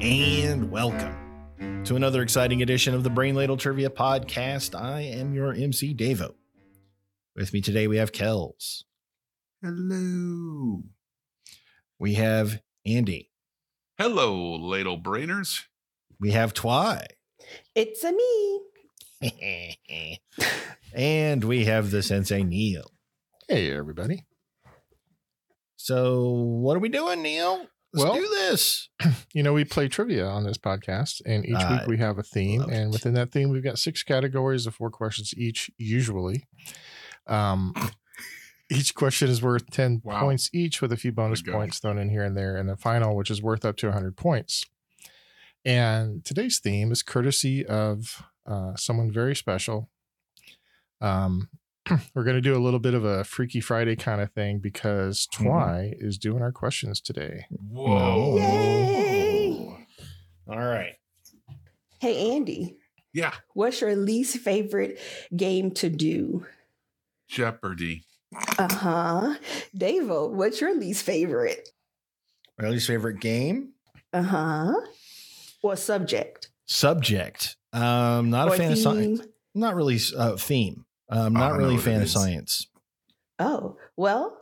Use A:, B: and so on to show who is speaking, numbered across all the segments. A: and welcome to another exciting edition of the Brain Ladle Trivia Podcast. I am your MC, Davo. With me today, we have Kells.
B: Hello.
A: We have Andy.
C: Hello, ladle brainers.
A: We have Twy.
D: It's a me.
A: and we have the Sensei Neil.
B: Hey, everybody.
A: So, what are we doing, Neil? Let's
B: Well,
A: do this.
B: You know, we play trivia on this podcast, and each
A: I
B: week we have a theme.
A: love
B: And
A: it.
B: within that theme, we've got six categories of four questions each, usually. Um, each question is worth 10
C: Wow.
B: points each, with a few bonus
C: Good God.
B: points thrown in here and there, and the final, which is worth up to 100 points. And today's theme is courtesy of uh, someone very special. Um, we're going to do a little bit of a Freaky Friday kind of thing because
A: Mhm.
B: Twy is doing our questions today.
C: Whoa.
D: Yay.
A: All right.
D: Hey, Andy,
C: Yeah,
D: what's your least favorite game to do?
C: Jeopardy.
D: Uh huh. Davo, what's your least favorite?
A: My least favorite game?
D: Uh huh. Or subject?
A: Subject. Um, not
D: or
A: a fan of science.
D: theme?
A: Not really uh, theme. Um, not
C: I know
A: really a
C: what it
A: fan of
C: is.
A: science.
D: Oh, well,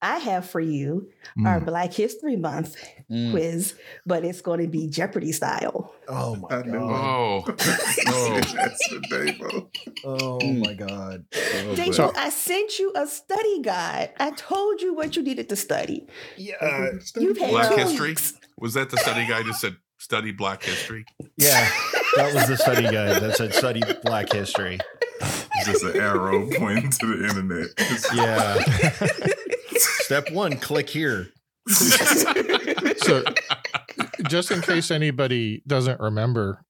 D: I have for you our
A: Mm.
D: Black History Month quiz, but it's going to be Jeopardy style.
A: Oh my
B: I know.
A: god.
C: Oh, Oh.
B: That's the Davo.
A: Oh
B: Mm.
A: my god.
C: Oh,
D: Davo,
B: So-
D: I sent you a study guide. I told you what you needed to study.
A: Yeah.
D: You've had
C: Black
D: two
C: history?
D: weeks.
C: was that the study guy just said study Black history?
A: Yeah. That was the study guide that said study black history.
E: just an arrow pointing to the internet.
A: Yeah. Step one, click here.
B: so just in case anybody doesn't remember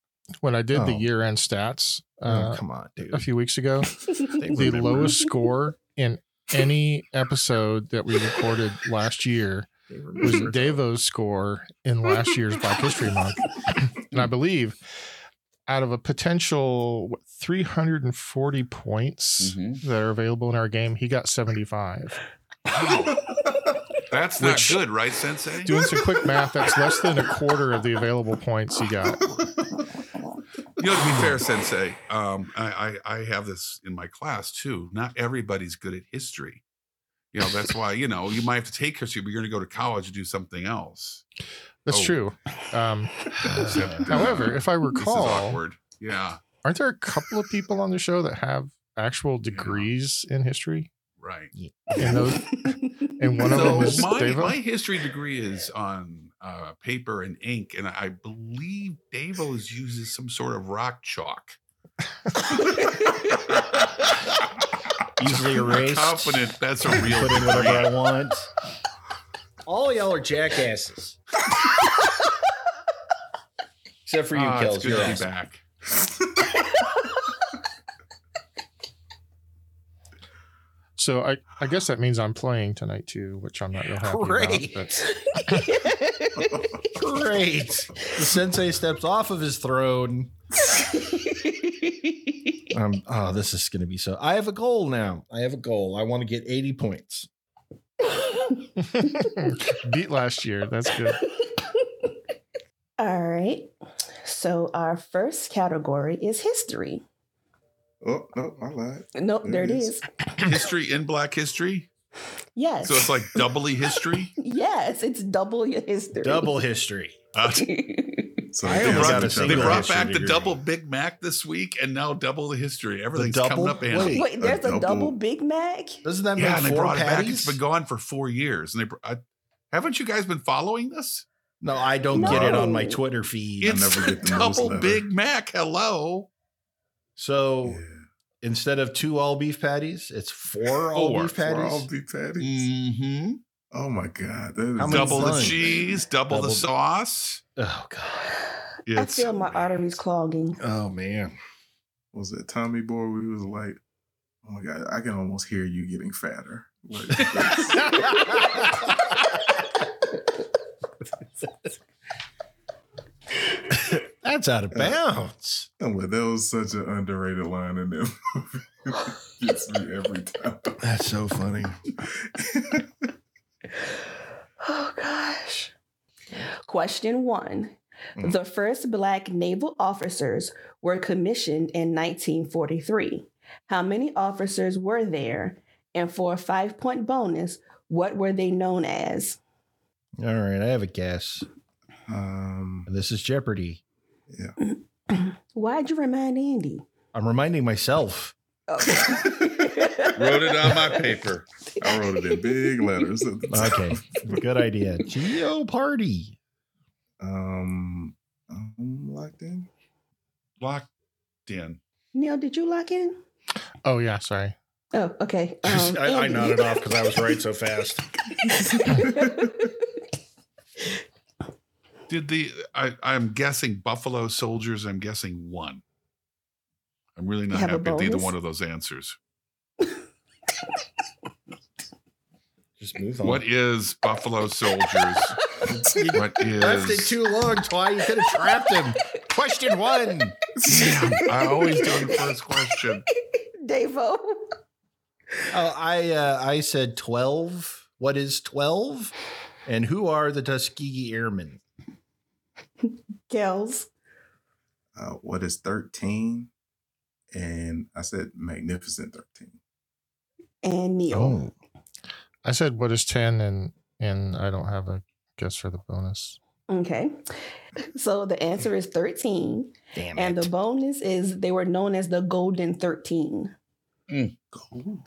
B: when i did the
A: Oh.
B: year end stats
A: Oh,
B: uh,
A: come on, dude.
B: a few weeks ago
A: They
B: the
A: remember.
B: lowest score in any episode that we recorded last year
A: They
B: was
A: remember.
B: Davo's score in last year's Black History Month. and I believe out of a potential what, 340 points
A: Mm-hmm.
B: that are available in our game, he got 75.
C: Wow. That's not
B: Which-
C: good, right, Sensei?
B: Doing some quick math, that's less than a quarter of the available points he got.
C: You know, to be fair, Sensei, um, I, I, I have this in my class too. Not everybody's good at history. You know, that's why, you know, you might have to take history, but you're going to go to college and do something else.
B: That's
C: Oh.
B: true. Um,
C: Except, uh,
B: however, if I
C: this is
B: recall,
C: awkward. Yeah,
B: aren't there a couple of people on the show that have actual degrees in history?
C: right.
B: And, those, and one of them
C: so
B: was
C: my,
B: Davo?
C: my history degree is on uh, paper and ink, and I believe Davos uses some sort of rock chalk.
A: Easily
C: I'm
A: erased.
C: Confident that's a real
A: Put in whatever
C: degree.
A: I want. All y'all are jackasses. Except for you,
C: Ah, it's
A: Kels.
C: good
A: You're
C: to be
A: awesome.
C: back.
B: So I, I guess that means I'm playing tonight too, which I'm not real happy
A: Great.
B: about. but-
A: Great. The sensei steps off of his throne. Um, oh, this is going to be so. I have a goal now. I have a goal. I want to get 80 points.
B: Beat last year. That's good.
D: All right. So our first category is history.
E: oh no, I lied.
D: Nope, there it is.
C: History in Black History,
D: Yes.
C: so it's like doubly history.
D: yes, it's double your history.
A: Double history.
C: Uh,
E: So
A: I
E: they
C: they
A: almost got a
C: brought,
E: danced each
C: they
E: other
A: single
C: brought
E: out.
A: history
C: back the
A: degree.
C: double Big Mac this week, and now double the history. Everything's
A: double?
C: coming up. Anna.
A: Wait.
D: Wait, there's a, double
E: A double-
D: Big Mac?
A: Doesn't that
C: Yeah, and
A: mean
C: they
A: four
C: brought it back. It's
A: patties?
C: been gone for four years, and they br- I, haven't you guys been following this?
A: no, I don't get it on my
D: No.
A: Twitter feed.
E: I'll
C: It's
E: never
C: a
E: get the
C: double
E: newsletter.
C: Big Mac. Hello.
A: So
E: Yeah.
A: instead of two all beef patties, it's four all
C: Four.
A: beef
E: We're
A: patties.
E: all big patties.
C: Mm-hmm.
E: Oh my god! that is
A: How many
C: Double the
A: buns?
C: cheese, double,
A: Double-
C: the sauce.
A: oh god.
D: I
C: It's
D: feel my arteries clogging.
A: Oh man.
E: was it Tommy Boy? We was like, oh my god, I can almost hear you getting fatter. Like,
A: That's out of bounds.
E: well, that was such an underrated line in them. Gets me every time.
A: That's so funny.
D: Oh gosh. Question one
E: Mhm.
D: The first Black naval officers were commissioned in 1943. How many officers were there? And for a five point bonus, what were they known as?
A: All right, I have a guess.
E: Um,
A: This is Jeopardy.
D: Why'd you remind Andy?
A: I'm reminding myself.
D: Oh.
C: Wrote it on my paper.
E: I wrote it in big letters. at the top.
A: Okay, good idea. Geo Party.
E: Um, I'm locked in.
C: Locked in.
D: Neil, did you lock in?
B: Oh yeah, sorry.
D: Oh, okay. Um,
A: I, I
D: Andy.
A: nodded off because I was right so fast.
C: Did the I, I'm guessing Buffalo Soldiers, I'm guessing one. I'm really not
D: have a
C: happy with either
D: bonus?
C: one of those answers.
A: Just move on.
C: What is Buffalo Soldiers?
A: You
C: What
A: left it
C: is
A: too long, Twy. You could have trapped him. Question one.
C: Damn, I always do the first question.
D: Davo.
A: Oh, I uh, I said twelve. What is twelve? And who are the Tuskegee Airmen?
D: Gels.
E: Uh, what is 13? And I said magnificent 13.
D: And Neil.
B: I said what is ten and and I don't have a guess for the bonus.
D: Okay. So the answer is 13.
A: damn
D: And the
A: it!
D: bonus is they were known as the Golden 13.
E: Golden.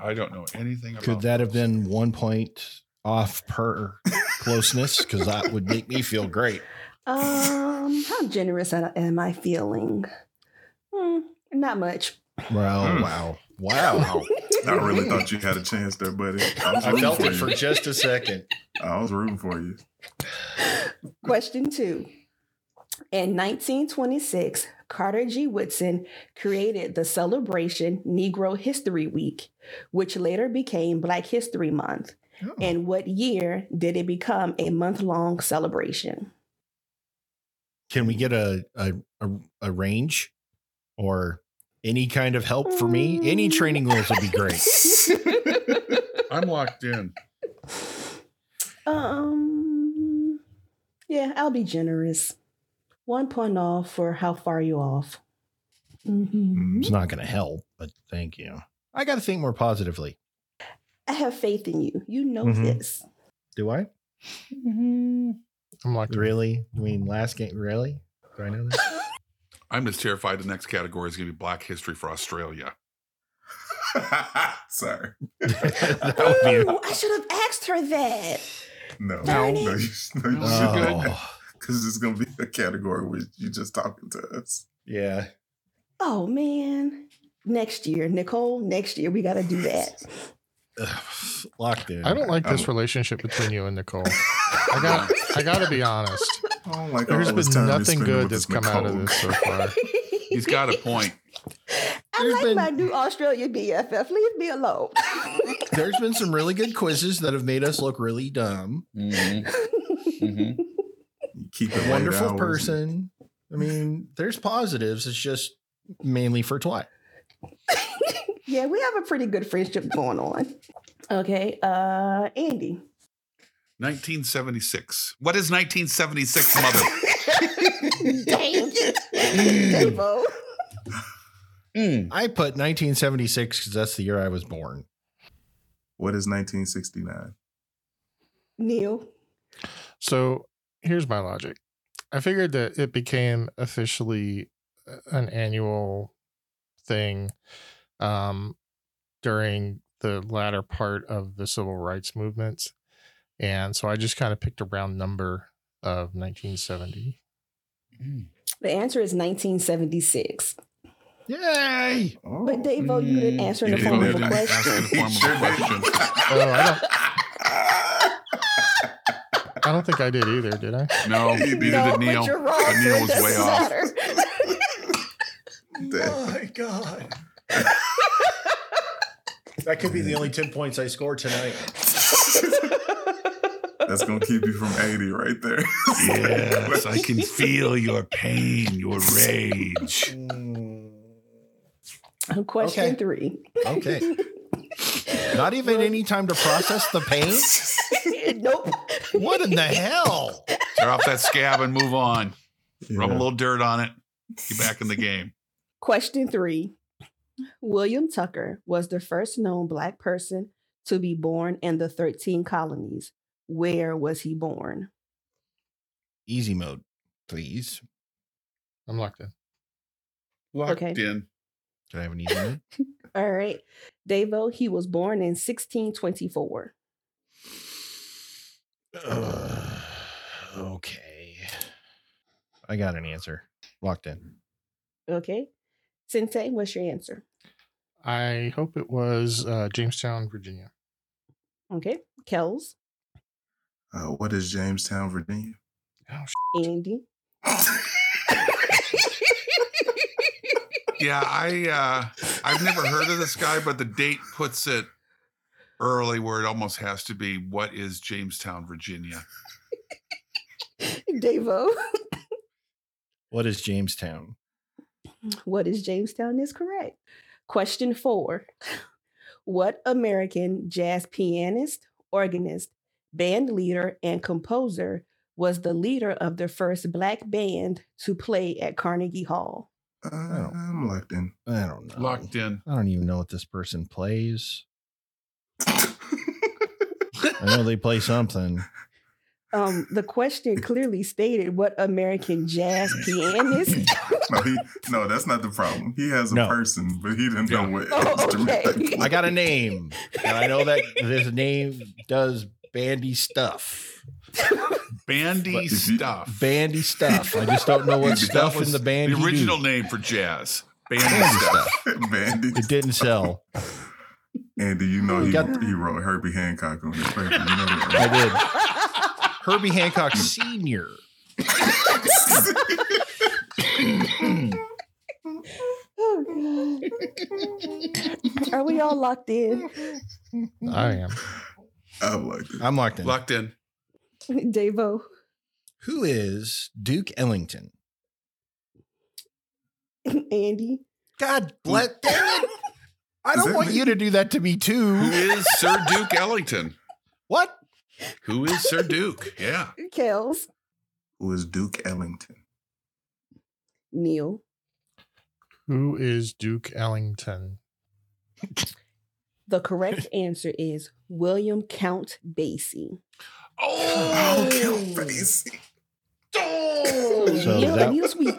C: I don't know anything about
A: Could that have been one point off per closeness? Because that would make me feel great.
D: Um, how generous am am I feeling? Hmm, not much.
A: Wow!
C: Hmm.
A: Wow! Wow!
E: I really thought you had a chance there, buddy. I was
A: I
E: rooting
A: felt
E: for
A: it
E: you.
A: for just a second.
E: I was rooting for you.
D: Question two. In 1926, Carter G. Woodson created the celebration Negro History Week, which later became Black History Month.
A: Oh.
D: In what year did it become a month long celebration?
A: Can we get a a, a a range or any kind of help for me? Any training wheels would be great.
C: I'm locked in.
D: um, yeah, I'll be generous. One point off for how far you off. Mhm.
A: It's not going to help, but thank you. I got to think more positively.
D: I have faith in you. You know
A: Mhm.
D: this.
A: Do I?
B: I'm locked. in.
A: Really? I mean, last game, really? Do I know that?
C: I'm just terrified the next category is going to be Black History for Australia.
E: Sorry.
A: that would be.
D: Ooh, I should have asked her that.
E: No.
D: Darn it.
E: No, you, no, you should
A: Oh,
E: Because it's going to be a category where you just talking to us.
A: yeah.
D: Oh man. Next year, Nicole, next year we gotta do that.
A: Ugh, Locked in.
B: I don't like this
C: Um,
E: I'm-
B: relationship between you and Nicole.
E: I
B: I got I gotta be honest.
E: I don't like
B: There's
E: all this
B: been
E: time you're
B: nothing
E: spending
B: good
E: with
B: that's
E: this
B: come out of
E: Nicole.
B: this so far.
C: He's got a point.
D: I
A: There's
D: like
A: been-
D: my new Australia BFF. Leave me alone.
A: There's been some really good quizzes that have made us look really dumb.
E: You keep it
A: A
E: late
A: wonderful
E: hours.
A: person. I mean, there's positives. It's just mainly for Twat.
D: yeah, we have a pretty good friendship going on. Okay, uh, Andy.
C: 1976. What is 1976, mother?
D: Dang it. Devo.
A: I put 1976 because that's the year I was born.
E: What is 1969?
D: Neil.
B: So here's my logic. I figured that it became officially uh, an annual thing um, during the latter part of the civil rights movement. And so I just kind of picked a round number of 1970.
D: The answer is 1976.
A: Yay!
E: Oh.
D: But Devo, you didn't answer in
C: You
D: the
C: didn't
D: form of a
C: even ask
D: question.
C: in the form of a question.
B: Oh, I
E: I
B: I don't think I did either, did I?
C: No, neither
D: no,
C: did Neil.
D: But you're wrong,
C: But
D: so
C: Neil
D: it
C: was
D: doesn't
C: way off.
D: matter.
A: My God. That could be the only 10 points I score tonight.
E: That's gonna keep you from 80 right there.
C: Yes, I can feel your pain, your rage.
A: Hmm.
D: Question
A: Okay.
D: three.
A: Okay. Not even any time to process the pain.
D: nope.
A: What in the hell?
C: Tear off that scab and move on.
E: Yeah.
C: Rub a little dirt on it. Get back in the game.
D: Question three William Tucker was the first known Black person to be born in the 13 colonies. Where was he born?
A: Easy mode, please.
B: I'm locked in.
C: Locked
D: Okay.
C: in.
A: Can I have an easy mode?
D: All right. Devo, he was born in 1624.
A: Ugh, okay. I got an answer. Locked in.
D: Okay. Sente, what's your answer?
B: I hope it was uh, Jamestown, Virginia.
D: Okay. Kells,
E: Uh, what is Jamestown, Virginia? Uh,
B: Oh,
D: Andy.
C: Yeah, I uh I've never heard of this guy, but the date puts it early where it almost has to be what is Jamestown, Virginia?
D: Devo,
A: What is Jamestown?
D: what is Jamestown is correct. Question four What American jazz pianist, organist, band leader, and composer was the leader of the first Black band to play at Carnegie Hall?
E: Uh,
A: Oh.
E: I'm locked in.
A: I don't know.
C: Locked in.
A: I don't even know what this person plays. I know they play something.
D: Um, the question clearly stated what American jazz pianist.
E: no, he, no, that's not the problem. He has a
A: No.
E: person, but he didn't know what
D: Oh,
E: instrument.
D: okay.
A: I got a name, and I know that this name does bandy stuff.
C: Bandy
A: But-
C: stuff.
A: Bandy stuff. I just don't know what
E: That
A: stuff
C: was
A: in the band.
C: the
A: you do.
C: original name for jazz. Bandy
A: Bandy
C: stuff.
A: stuff.
E: Bandy.
A: It didn't sell.
E: Andy, you know he,
A: Got-
E: he wrote Herbie Hancock on his paper. You know that,
A: I
E: right?
A: did. Herbie Hancock Senior.
D: Oh, God. Are we all locked in?
B: I
E: Mm-hmm.
B: am.
E: I'm locked in.
A: I'm locked in.
C: Locked in.
D: Devo,
A: Who is Duke Ellington?
D: Andy.
A: God bless. Damn it. I
E: Is
A: don't
E: it
A: want
E: me?
A: you to do that to me
C: Who
A: too.
C: is Sir Duke Ellington?
A: What?
C: Who is Sir Duke? Yeah.
D: Kels,
E: Who is Duke Ellington?
D: Neil.
B: Who is Duke Ellington?
D: The correct answer is William Count Basie.
C: Oh,
E: Oh, Count Basie.
C: oh,
A: So
D: Neil,
A: that-
D: you sweet.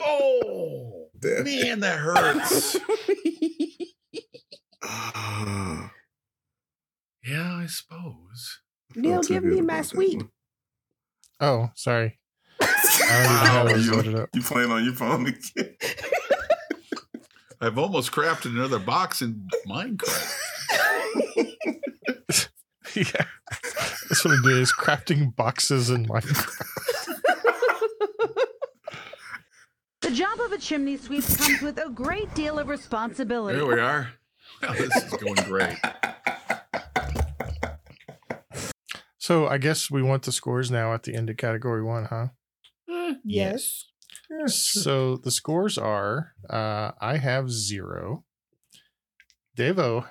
C: oh,
E: That-
C: man, that hurts.
E: Ah,
C: Yeah, I suppose.
D: Neil,
E: felt so
D: give
E: good
D: me
E: about
D: my
E: that
D: sweet.
E: one.
B: Oh, sorry. I don't even know
E: Wow,
B: what it up.
E: You playing on your phone again?
C: I've almost crafted another box in Minecraft.
B: yeah. That's what it is. Crafting boxes and like
F: The job of a chimney sweep comes with a great deal of responsibility.
C: There we are. Well, this is going great.
B: So I guess we want the scores now at the end of category one, huh?
D: yes.
B: So the scores are uh, I have zero, Devo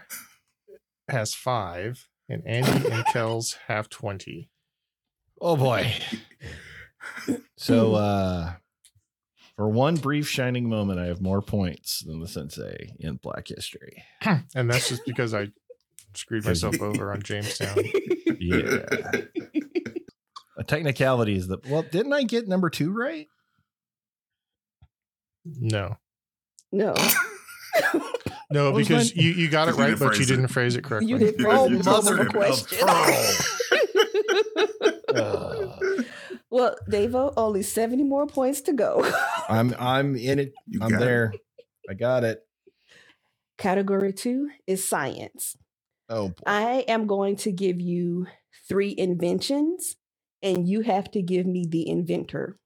B: has five, and Andy and Kells have 20.
A: Oh boy. So uh for one brief shining moment, I have more points than the sensei in black history.
B: And that's just because I screwed myself over on Jamestown.
A: Yeah. A technicality is that well, didn't I get number two right?
B: No.
D: no.
B: No,
A: What was
B: because
A: mine?
B: you, you got it
E: You didn't
B: right, but you
E: phrase it.
B: didn't phrase it correctly.
D: you did
E: Yeah,
D: all
E: you
D: the
E: just
D: bubble
E: said
D: question.
E: a
A: Ugh.
D: well, Devo, only 70 more points to go.
A: I'm I'm in it.
E: You
A: I'm
E: got it.
A: there. I got it.
D: Category two is science.
A: Oh boy.
D: I am going to give you three inventions, and you have to give me the inventor.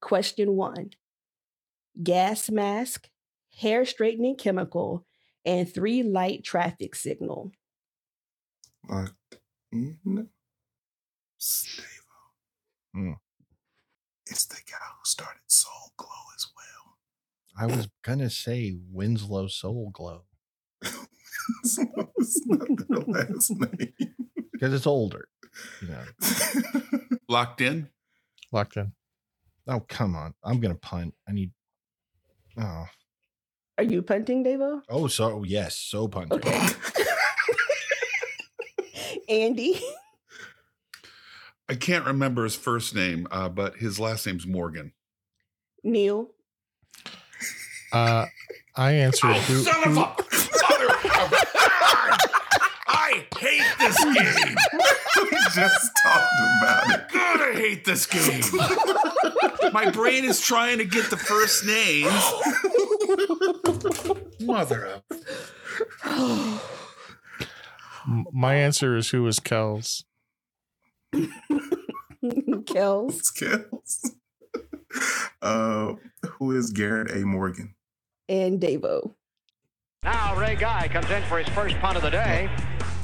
D: Question one gas mask, hair straightening chemical, and three light traffic signal.
E: Locked in. Stable.
A: Hmm.
E: It's the guy who started Soul Glow as well.
A: I was gonna say Winslow Soul Glow.
E: it's not their last name.
A: because it's older. You know.
C: Locked in.
B: Locked in.
A: Oh come on! I'm gonna punt. I need. Oh.
D: Are you punting, Devo?
A: Oh, so yes, so punting.
D: Okay. Andy.
C: I can't remember his first name, uh, but his last name's Morgan.
D: Neil.
B: Uh, I answered.
C: Oh,
B: who-
C: son of
B: who-
C: a mother of God! I hate this game.
E: we just talked about it.
C: God, I hate this game. My brain is trying to get the first names. Mother of
B: m- my answer is who was Kells?
D: Kels.
E: Skills. Uh, who is Garrett A. Morgan?
D: And Devo.
G: Now Ray Guy comes in for his first punt of the day.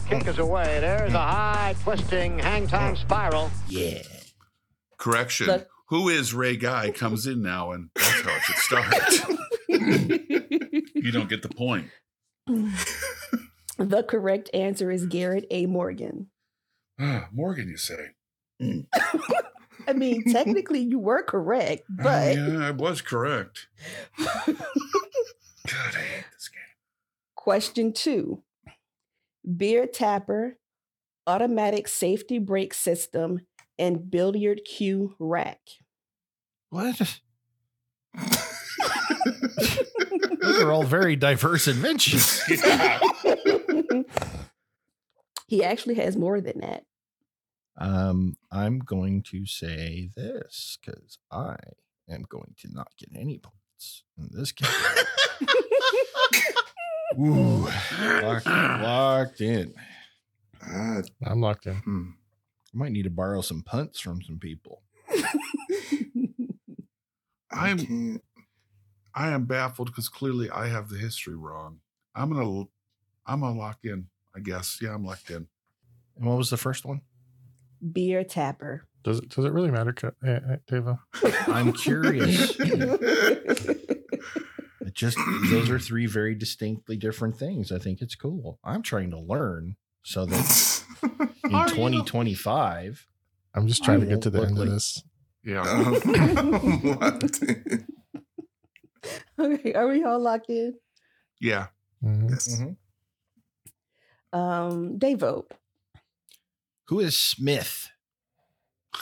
G: Kick is away. There's a high twisting hang time spiral.
A: Yeah.
C: correction.
D: Look.
C: Who is Ray Guy comes in now, and that's how it should start. you don't get the point.
D: The correct answer is Garrett A. Morgan.
C: Ah, Morgan, you say?
D: I mean, technically you were correct,
C: Oh,
D: but
C: yeah, I was correct. God, I hate this game.
D: question two. Beer tapper, automatic safety brake system, and billiard cue rack.
A: What? Those are all very diverse inventions.
D: he actually has more than that.
A: Um, I'm going to say this because I am going to not get any points in this game. Ooh, locked, locked in.
E: Ah,
B: I'm locked in.
E: hmm.
A: I might need to borrow some punts from some people.
E: I
C: I'm-
E: can't.
C: I am baffled because clearly I have the history wrong. I'm gonna, I'm gonna lock in. I guess. Yeah, I'm locked in.
A: And what was the first one?
D: Beer tapper.
B: Does it? Does it really matter, Ke- eh, eh, Devo?
A: I'm curious. It just those are three very distinctly different things. I think it's cool. I'm trying to learn so that in 2025,
B: I'm just
A: I
B: trying to get
A: won't
B: to the
A: look
B: end
A: like-
B: of this.
C: Yeah.
E: Um, I'm locked in.
D: Okay, are we all locked in?
C: Yeah.
B: Mhm.
E: Yes.
D: Um, Devo.
A: who is Smith?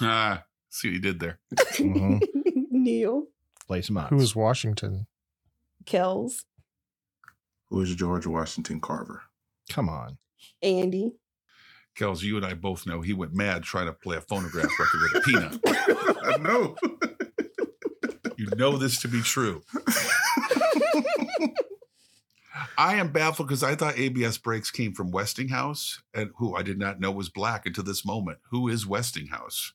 C: Ah, see what you did there.
A: Mhm.
D: Neil.
A: Place him
B: Who is Washington?
D: Kells.
E: Who is George Washington Carver?
A: Come on.
D: Andy.
C: Kels, you and I both know he went mad trying to play a phonograph record with a peanut.
E: I know.
C: You know this to be true. I am baffled because I thought ABS brakes came from Westinghouse, and who I did not know was black until this moment. Who is Westinghouse?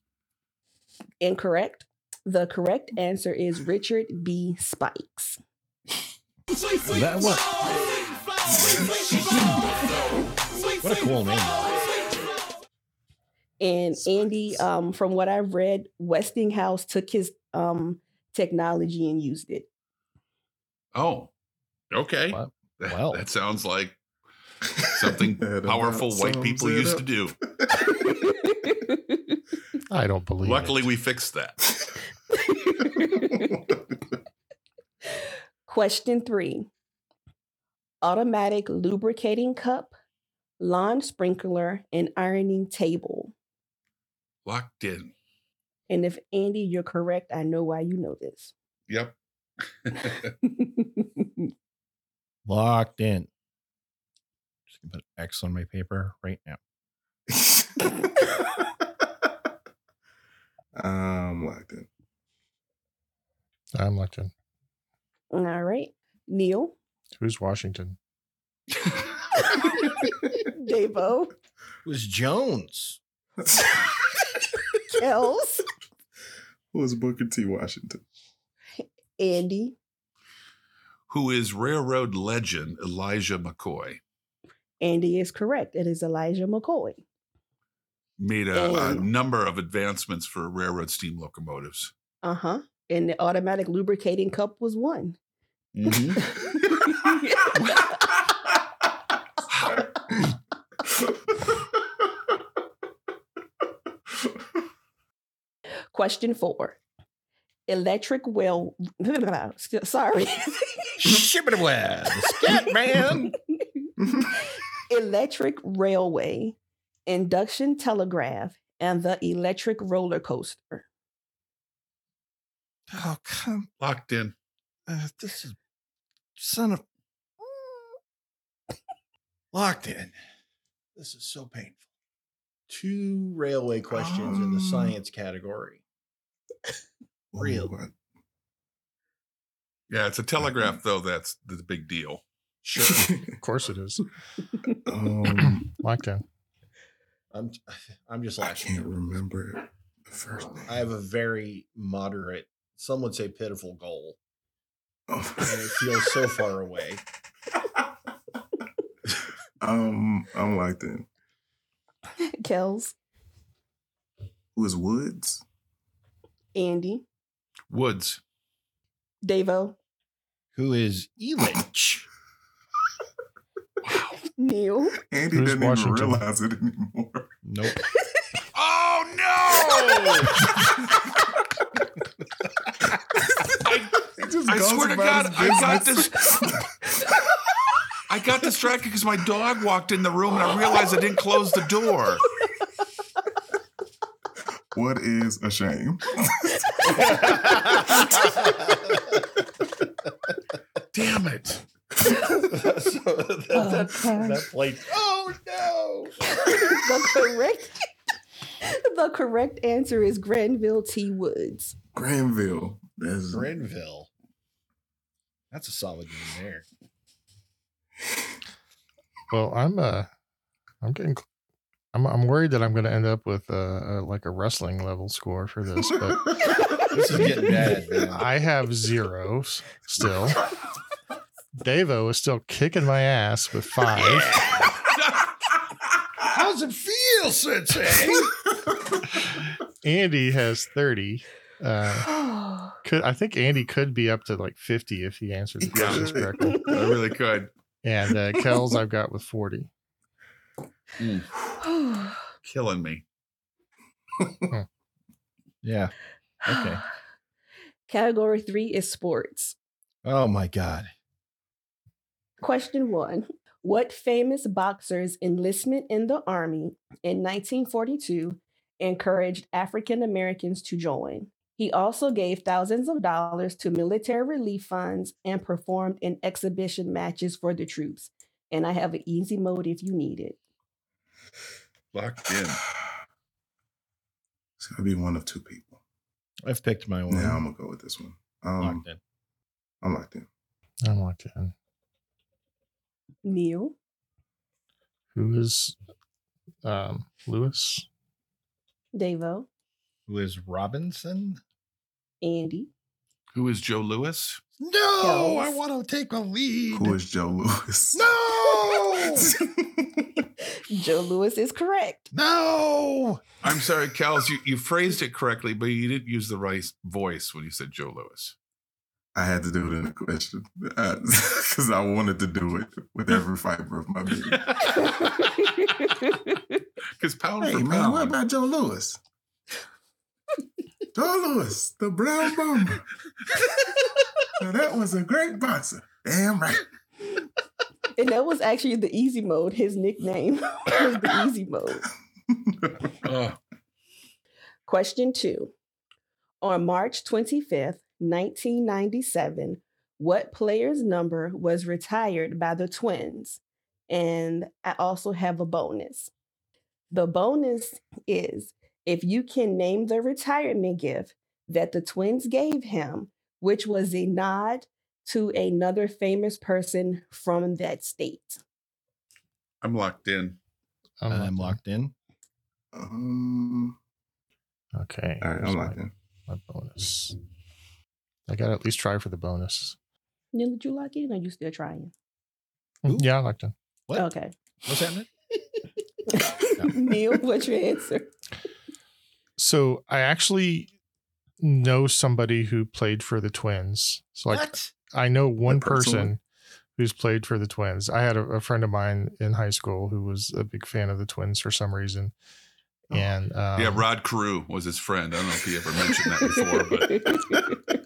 D: Incorrect. The correct answer is Richard B. Spikes.
A: That what? what a cool name.
D: And Andy, um, from what I've read, Westinghouse took his um, technology and used it.
C: Oh, okay.
A: Wow.
C: That-
A: Wow.
C: that sounds like something
E: That
C: powerful
E: about
C: white
E: sums
C: people
E: it
C: used to
E: up.
C: do.
B: I don't believe.
C: Luckily, we fixed that.
D: Question three Automatic lubricating cup, lawn sprinkler, and ironing table.
C: Locked in.
D: And if Andy, you're correct, I know why you know this.
C: Yep.
A: Locked in. Just gonna put an X on my paper right now.
E: I'm locked in.
B: it. I'm locked in.
D: All right. Neil,
B: Who's Washington?
D: Devo,
A: Who is Jones?
D: Kels,
E: Who is Booker T. Washington?
D: Andy,
C: Who is railroad legend Elijah McCoy?
D: Andy is correct. It is Elijah McCoy.
C: Made
E: Oh.
C: a, a
D: And-
C: number of advancements for railroad steam locomotives.
D: Uh huh. And the automatic lubricating cup was one.
E: Mm-hmm.
D: Question four. Electric whale. Sorry.
A: Shibbity web, scat man.
D: electric railway, induction telegraph, and the electric roller coaster.
A: Oh come,
C: Locked in.
A: uh, this is son of locked in. This is so painful. Two railway questions in the
E: Um.
A: science category. Real.
E: Ooh,
C: Yeah, it's a telegraph though. That's the big deal.
A: Sure,
B: Of course it is.
E: I- um,
B: Locked in.
A: I'm. I'm just
E: I
A: lacking.
E: can't remember it. The first name.
A: I have a very moderate, some would say pitiful goal,
E: Oh.
A: and it feels so far away.
E: um, I'm locked in.
D: Kels,
E: Who is Woods?
D: Andy,
C: Woods.
D: Davo,
A: Who is Elitch?
D: Neil,
E: Andy
B: Who's
E: doesn't even
B: Washington?
E: realize it anymore.
A: Nope.
C: Oh no!
E: He just
C: I
E: goes
C: swear to
E: about
C: God,
E: his
C: I got
E: business.
C: I got distracted because my dog walked in the room and I realized I didn't close the door.
E: what is a shame?
C: Damn it!
A: So that, that, that played. Oh no!
D: the correct the correct answer is Granville T. Woods.
E: Granville. That's
A: Grenville. That's a solid game there.
B: Well, I'm uh, I'm getting, cl- I'm I'm worried that I'm going to end up with uh, uh like a wrestling level score for this, but
A: This is getting bad, man.
B: I have zeros still. Davo is still kicking my ass with five.
A: How's it feel, Sensei?
B: Andy has thirty. Uh,
D: Oh,
B: could I think Andy could be up to like fifty if he answered the
E: He
B: questions
E: could.
B: correctly.
C: I really could.
B: And uh, Kells, I've got with forty.
C: Killing me.
A: Yeah. Okay.
D: Category three is sports.
A: Oh my god.
D: Question one. What famous boxer's enlistment in the Army in 1942 encouraged African Americans to join? He also gave thousands of dollars to military relief funds and performed in exhibition matches for the troops. And I have an easy mode if you need it.
C: Locked in.
E: It's gonna be one of two people.
A: I've picked my one.
E: Now I'm gonna go with this one. Um,
A: Mm-hmm. Locked in.
E: I'm locked in.
B: I'm locked in.
D: Neil,
B: Who is um, Lewis?
D: Devo,
A: Who is Robinson?
D: Andy,
C: Who is Joe Lewis?
A: No,
D: Yes.
A: I
C: Oh,
A: want to take a lead.
E: Who is Joe Lewis?
A: no,
D: Joe Lewis is correct.
A: no.
C: I'm sorry, Kels. You, you phrased it correctly, but you didn't use the right voice when you said Joe Lewis.
E: I had to do it in a question because I wanted to do it with every fiber of my being.
C: Because pound
E: Hey
C: for
E: man,
C: pound.
E: what about Joe Lewis? Joe Lewis, the brown bomber. now that was a great boxer. Damn right.
D: and that was actually the easy mode. His nickname was the easy mode.
C: Ugh.
D: Question two. On March 25th, 1997, what player's number was retired by the Twins? And I also have a bonus. The bonus is if you can name the retirement gift that the Twins gave him, which was a nod to another famous person from that state.
C: I'm locked in.
B: I'm,
A: I'm locked in.
E: Um,
B: in. Okay.
E: all right,
B: here's
E: I'm
B: my-
E: locked in.
B: my bonus. I gotta at least try for the bonus.
D: Neil, did you lock in or you still trying?
A: Ooh.
B: Yeah, I locked in.
A: What?
D: Okay.
A: What's happening?
D: Neil, what's your answer?
B: So I actually know somebody who played for the Twins. So like
A: what?
B: I know one
E: That person?
B: person who's played for the Twins. I had a, a friend of mine in high school who was a big fan of the Twins for some reason, And um,
C: yeah, Rod Carew was his friend. I don't know if he ever mentioned that before, but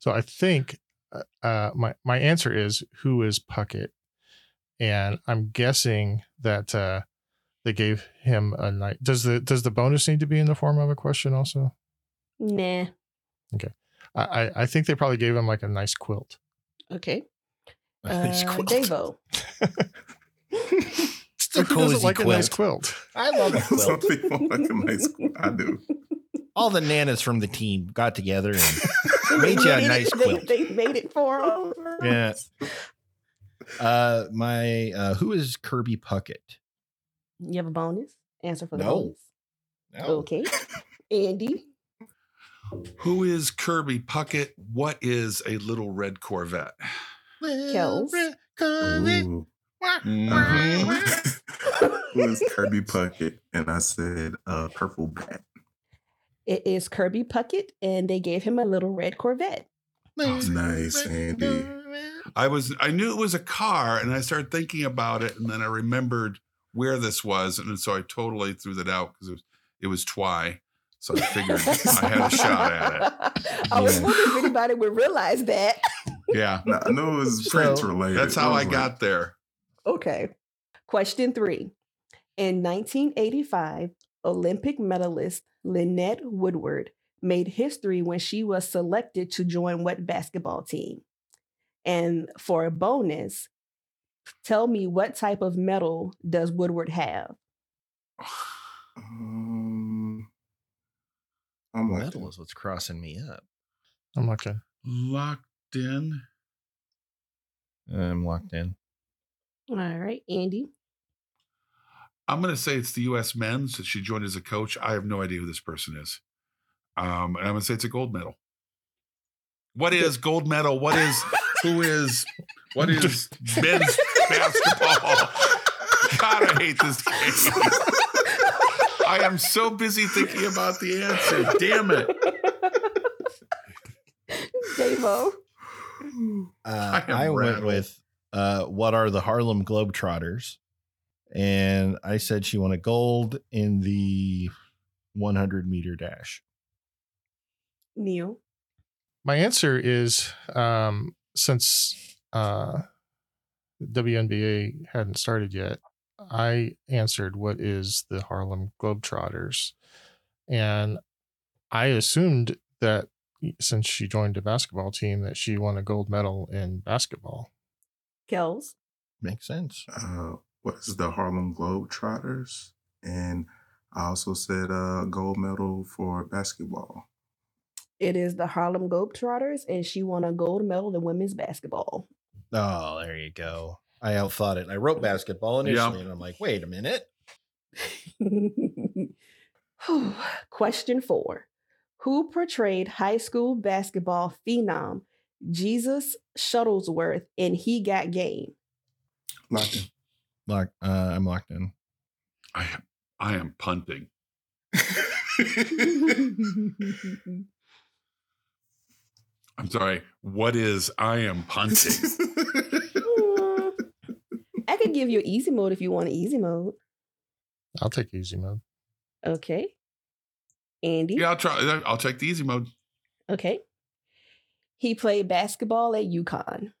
B: So I think uh, uh, my my answer is who is Puckett, and I'm guessing that uh, they gave him a night. Does the does the bonus need to be in the form of a question also?
D: nah.
B: I I, I think they probably gave him like a nice quilt.
D: Okay. Uh,
A: Nice quilt.
D: Davo.
B: Who doesn't
A: cozy
B: like a nice
A: quilt.
B: quilt.
A: I love that
E: Some
A: quilt.
E: people like a nice quilt. I do.
A: All the nanas from the team got together and made you a
D: They-
A: nice
D: they-
A: quilt.
D: They, made it for him.
A: Yeah. Uh, my uh, who is Kirby Puckett?
D: You have a bonus? Answer for the
A: No.
D: bonus. Okay. Andy.
C: who is Kirby Puckett? What is a little red Corvette?
D: Kells.
E: Ooh. Mm-hmm.
D: Mm-hmm.
E: Who is Kirby Puckett? And I said uh, purple bat.
D: It is Kirby Puckett, and they gave him a little red Corvette.
E: Nice, Andy.
C: I was I knew it was a car, and I started thinking about it, and then I remembered where this was, and so I totally threw that out because it was it was Twy. So I figured I had a shot at it.
D: I was
A: Yeah.
D: wondering if anybody would realize that.
C: Yeah.
E: No, I know it was
A: So,
E: Prince related.
C: That's how I
E: was like,
C: got there.
D: Okay. Question three. In 1985, Olympic medalist Lynette Woodward made history when she was selected to join what basketball team? And for a bonus, tell me what type of medal does Woodward have?
E: Um, I'm like,
A: Metal is what's crossing me up.
B: I'm looking.
C: Locked in.
A: I'm locked in.
D: All right, Andy.
C: I'm going to say it's the U.S. men's that she joined as a coach. I have no idea who this person is. Um, and I'm going to say it's a gold medal. What is gold medal? What is, who is, what is men's basketball? God, I hate this game. I am so busy thinking about the answer. Damn it.
D: Davo.
A: Uh,
C: I am
A: I, went
C: rattled.
A: with uh, what are the Harlem Globetrotters, and I said she won a gold in the 100 meter dash.
D: Neil.
B: My answer is um, since uh, WNBA hadn't started yet, I answered what is the Harlem Globetrotters. And I assumed that since she joined a basketball team that she won a gold medal in basketball.
D: Kells.
A: Makes sense.
E: uh, what is the Harlem Globetrotters? And I also said uh, gold medal for basketball.
D: It is the Harlem Globetrotters, and she won a gold medal in women's basketball.
A: Oh, there you go. I outthought it. I wrote basketball initially, and I'm like, wait a minute.
D: Whew. Question four Who portrayed high school basketball phenom Jesus Shuttlesworth in He Got Game?
E: Locked in.
A: Lock. Uh, I'm locked in.
C: I am, I am punting. I'm sorry. What is I am punting?
D: Hmm. I could give you an easy mode if you want an easy mode.
B: I'll take easy mode.
D: Okay. Andy?
C: Yeah, I'll try. I'll check the easy mode.
D: Okay. He played basketball at UConn,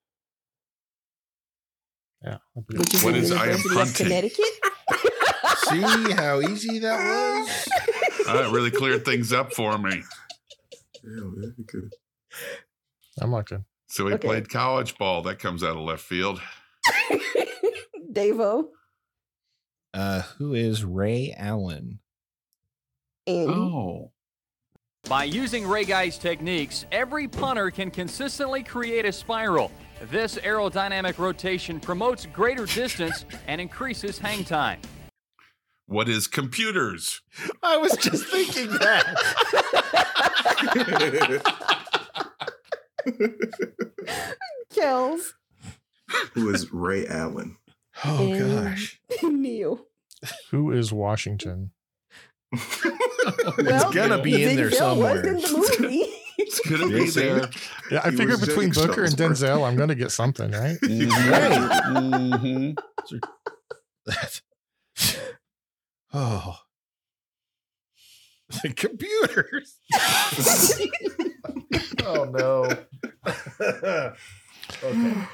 B: Yeah. I'll be-
D: which is
C: What
D: the
C: is I am
D: University of
C: punting?
D: Connecticut.
A: See how easy that was.
C: Uh, That really cleared things up for me.
E: Yeah, very good.
B: I'm looking.
C: So he
D: Okay.
C: played college ball. That comes out of left field.
D: Davo,
A: Uh, who is Ray Allen?
D: Andy,
C: Oh.
H: By using Ray Guy's techniques, every punter can consistently create a spiral. This aerodynamic rotation promotes greater distance and increases hang time.
C: What is computers?
A: I was just thinking that.
D: Kells,
E: Who is Ray Allen?
A: Oh
D: And-
A: gosh.
D: Neil.
B: Who is Washington?
A: It's
D: Well,
A: gonna be in there
D: Denzel was
A: somewhere.
D: in the movie.
C: It's gonna be
E: Yes, sir.
C: there.
B: Yeah, I
E: He
B: figure
E: was Jake
B: between Booker and
E: Shuttlesworth.
B: Denzel, I'm going to get something, right?
A: Right. That's- oh, computers.
I: Oh no. okay.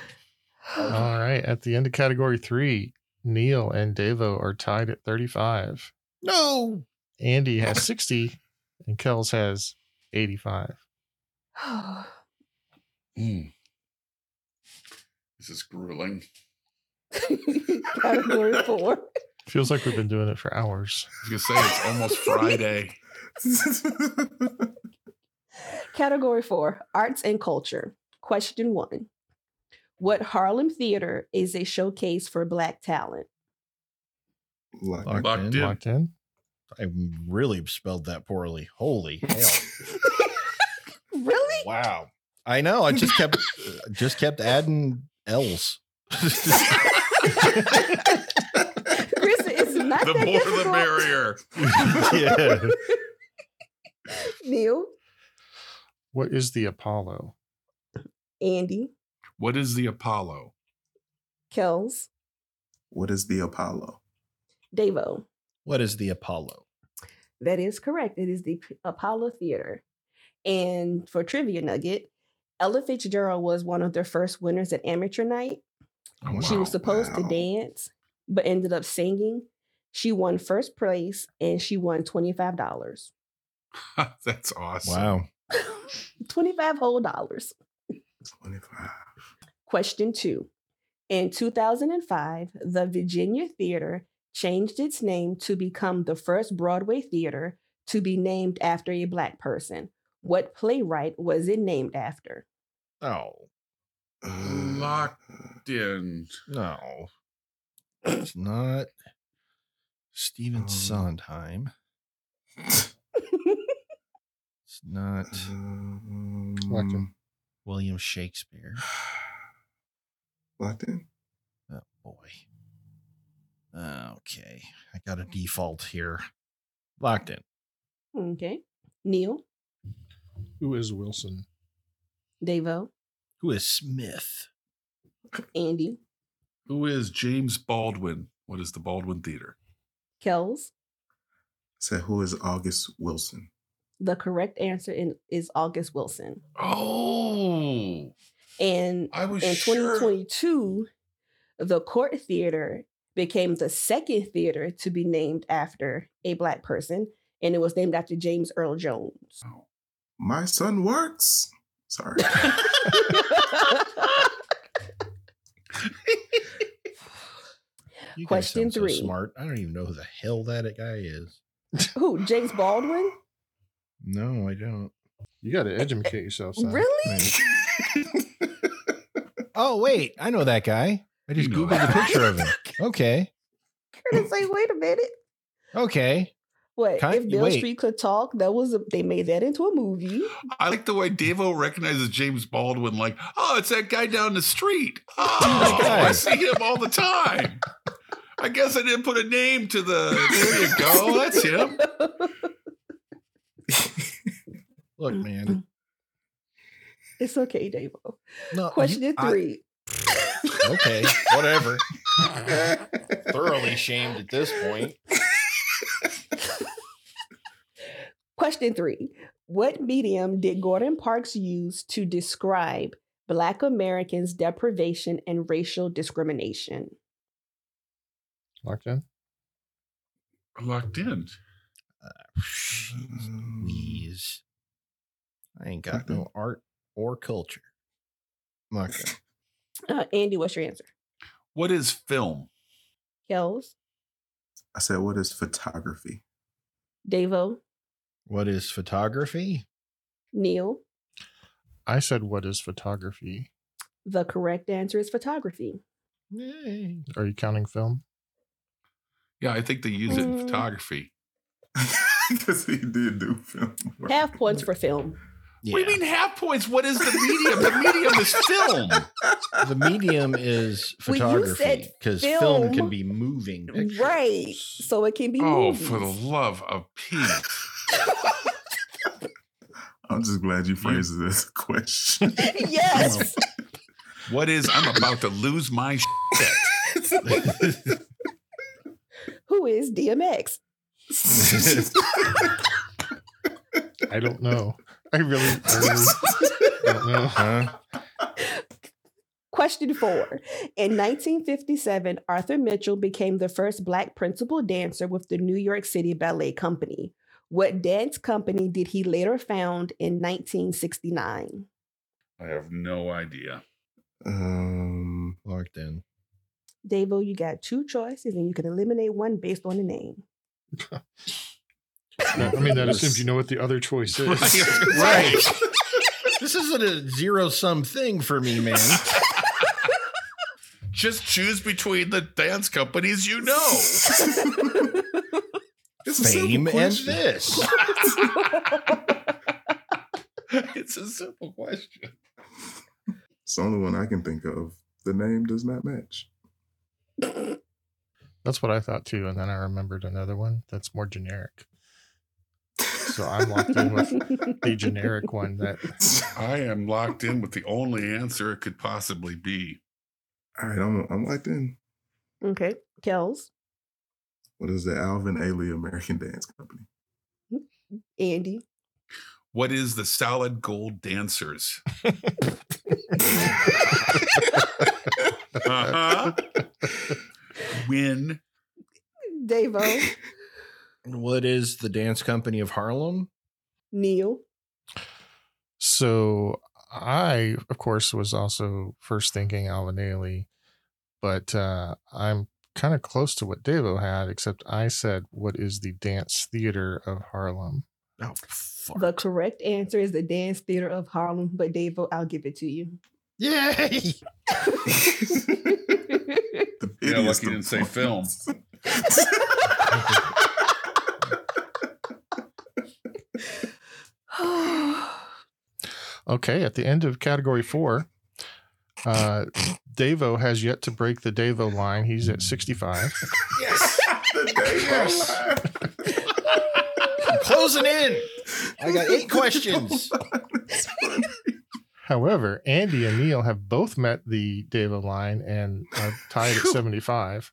B: All right. At the end of category three, Neil and Devo are tied at 35.
A: No.
B: Andy has 60 and Kells has 85.
C: Mm. This is grueling.
D: Category four.
B: Feels like we've been doing it for hours.
C: I was gonna say it's almost Friday.
D: Category four arts and culture. Question one What Harlem theater is a showcase for Black talent?
E: Like,
A: Locked,
C: Locked
A: in.
C: in.
B: Locked in.
A: I really spelled that poorly. Holy hell!
D: Really?
A: wow. I know. I just kept just kept adding L's.
D: Chris, it's not
C: The
D: that
C: more
D: difficult.
C: the merrier.
A: yeah.
D: Neil,
B: What is the Apollo?
D: Andy,
C: What is the Apollo?
D: Kells,
E: what is the Apollo?
D: Davo.
A: What is the Apollo?
D: That is correct. It is the P- Apollo Theater. And for trivia nugget, Ella Fitzgerald was one of their first winners at amateur night. She was supposed to
E: Oh, Wow.
D: dance, but ended up singing. She won first place and she won $25.
C: That's awesome.
A: Wow.
D: 25 whole dollars.
E: 25.
D: Question two. In 2005, the Virginia Theater changed its name to become the first Broadway theater to be named after a Black person. What playwright was it named after?
A: No,
C: Locked in.
A: no, it's not Stephen
E: Um,
A: Sondheim. It's not
E: Um,
B: Locked in.
A: William Shakespeare.
E: Locked in.
A: Oh boy. Okay, I got a default here. Locked in.
D: okay. Neil,
B: Who is Wilson?
D: Devo,
A: Who is Smith?
D: Andy,
C: Who is James Baldwin? What is the Baldwin Theater?
D: Kells.
E: Said who is August Wilson?
D: The correct answer in, is August Wilson.
C: Oh,
D: And
C: I was
D: in
C: sure.
D: 2022, the Court Theater became the second theater to be named after a Black person, and it was named after James Earl Jones.
E: My son works. Sorry.
A: You guys
D: Question
A: sound so
D: three.
A: smart. I don't even know who the hell that guy is.
D: Who? James Baldwin?
A: No, I don't.
B: You got to educate yourself. Son.
D: Really?
A: Oh wait, I know that guy. I just
C: You know
A: googled
C: that
A: a picture of him. Okay,
D: Curtis, like, wait a minute.
A: okay.
D: What?
A: Kind-
D: if Bill
A: wait.
D: Street could talk, that was a, they made that into a movie.
C: I like the way Devo recognizes James Baldwin. Like, oh, it's that guy down the street. Oh, I
A: guy.
C: see him all the time. I guess I didn't put a name to the. There you go. That's him.
A: Look, man.
D: It's okay, Davo.
A: No, you-
D: Question
A: Uh, I-
D: three.
A: okay, whatever. Thoroughly shamed at this point.
D: Question three. What medium did Gordon Parks use to describe Black Americans' deprivation and racial discrimination?
B: Locked in.
C: Locked in.
A: Mm.
E: Mm.
A: Please. I ain't got no art or culture. Okay.
D: Uh, Andy, what's your answer?
C: What is film?
D: Kells,
E: I said, what is photography?
D: Davo,
A: What is photography?
D: Neil.
B: I said, what is photography?
D: The correct answer is photography.
A: Yay.
B: Are you counting film?
C: Yeah, I think they use it in
D: Mm.
C: photography.
E: Because he did do film. work.
D: Half points for film.
C: What do you mean half points? What is the medium? the medium is film.
A: The medium is
D: Well, you
A: photography
D: said
A: because film.
D: film.
A: can be moving. Pictures.
D: Right. So it can be.
C: Oh,
D: movies.
C: for the love of Pete.
E: I'm just glad you phrased it as a question.
D: yes.
C: What is I'm about to lose my shit.
D: Who is DMX?
B: I don't know. I really, I really don't know.
A: Huh?
D: Question four. In 1957, Arthur Mitchell became the first Black principal dancer with the New York City Ballet Company. What dance company did he later found in 1969?
C: I have no idea.
E: Um,
A: Locked in.
D: Davo, you got two choices and you can eliminate one based on the name.
B: I mean, that assumes you know what the other choice is.
A: Right. this isn't a zero sum thing for me, man.
C: Just choose between the dance companies you know.
E: it's a simple
A: Fame and
E: question.
A: this.
C: it's a simple question.
E: It's the only one I can think of. The name does not match.
B: That's what I thought too, and then I remembered another one that's more generic. So I'm locked in with a generic one that
C: I am locked in with the only answer it could possibly be.
E: All right, I'm I'm locked in.
D: okay. Kels,
E: What is the Alvin Ailey American Dance Company?
D: Andy,
C: What is the solid gold dancers? Uh-huh. Win.
D: Davo,
A: What is the dance company of Harlem?
D: Neil,
B: So I, of course, was also first thinking Alvin Ailey, but uh, I'm kind of close to what Devo had, except I said, "What is the dance theater of Harlem?"
A: Oh, fuck.
D: the correct answer is the Dance Theater of Harlem, but Davo, I'll give it to you.
A: Yay!
E: The
C: Yeah, lucky
E: piteous
C: you didn't say film.
B: Okay, at the end of category four, uh, Devo has yet to break the Devo line. He's at 65.
E: yes. the
A: Yes.
E: yes.
A: Closing in. I got eight questions.
B: However, Andy and Neil have both met the Devo line and are tied at 75.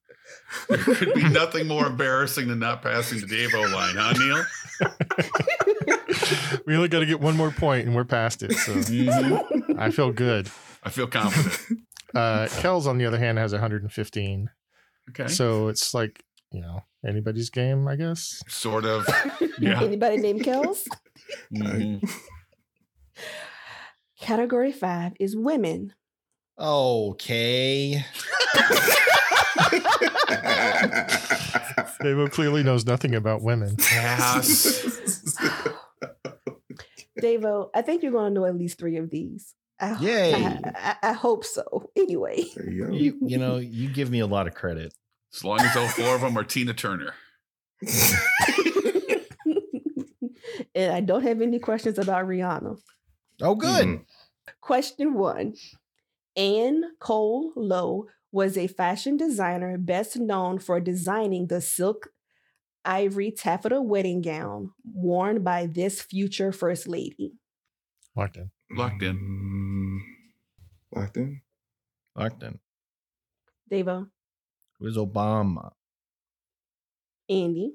C: There could be nothing more embarrassing than not passing the Dave O line, huh, Neil?
B: We only got to get one more point, and we're past it. So
C: Mhm.
B: I feel good.
C: I feel confident.
B: Uh, Kells, on the other hand, has 115.
C: Okay.
B: So it's like, you know, anybody's game, I guess.
C: sort of. Yeah.
D: Anybody named Kels?
C: Mhm.
D: Category five is women.
A: Okay.
C: Mm-hmm.
B: Davo clearly knows nothing about women.
C: Pass.
D: Davo, I think you're going to know at least three of these. I, ho-
A: Yay.
D: I, I, I hope so. Anyway,
E: there you go.
A: You, you know, you give me a lot of credit.
C: As long as all four of them are Tina Turner.
D: and I don't have any questions about Rihanna.
A: Oh, good.
E: Mhm.
D: Question one Anne Cole Lowe was a fashion designer best known for designing the silk ivory taffeta wedding gown worn by this future first lady.
B: Locked in.
C: Locked in.
E: Mm, Locked in.
A: Lockton.
D: Devo,
A: It was Obama.
D: Andy,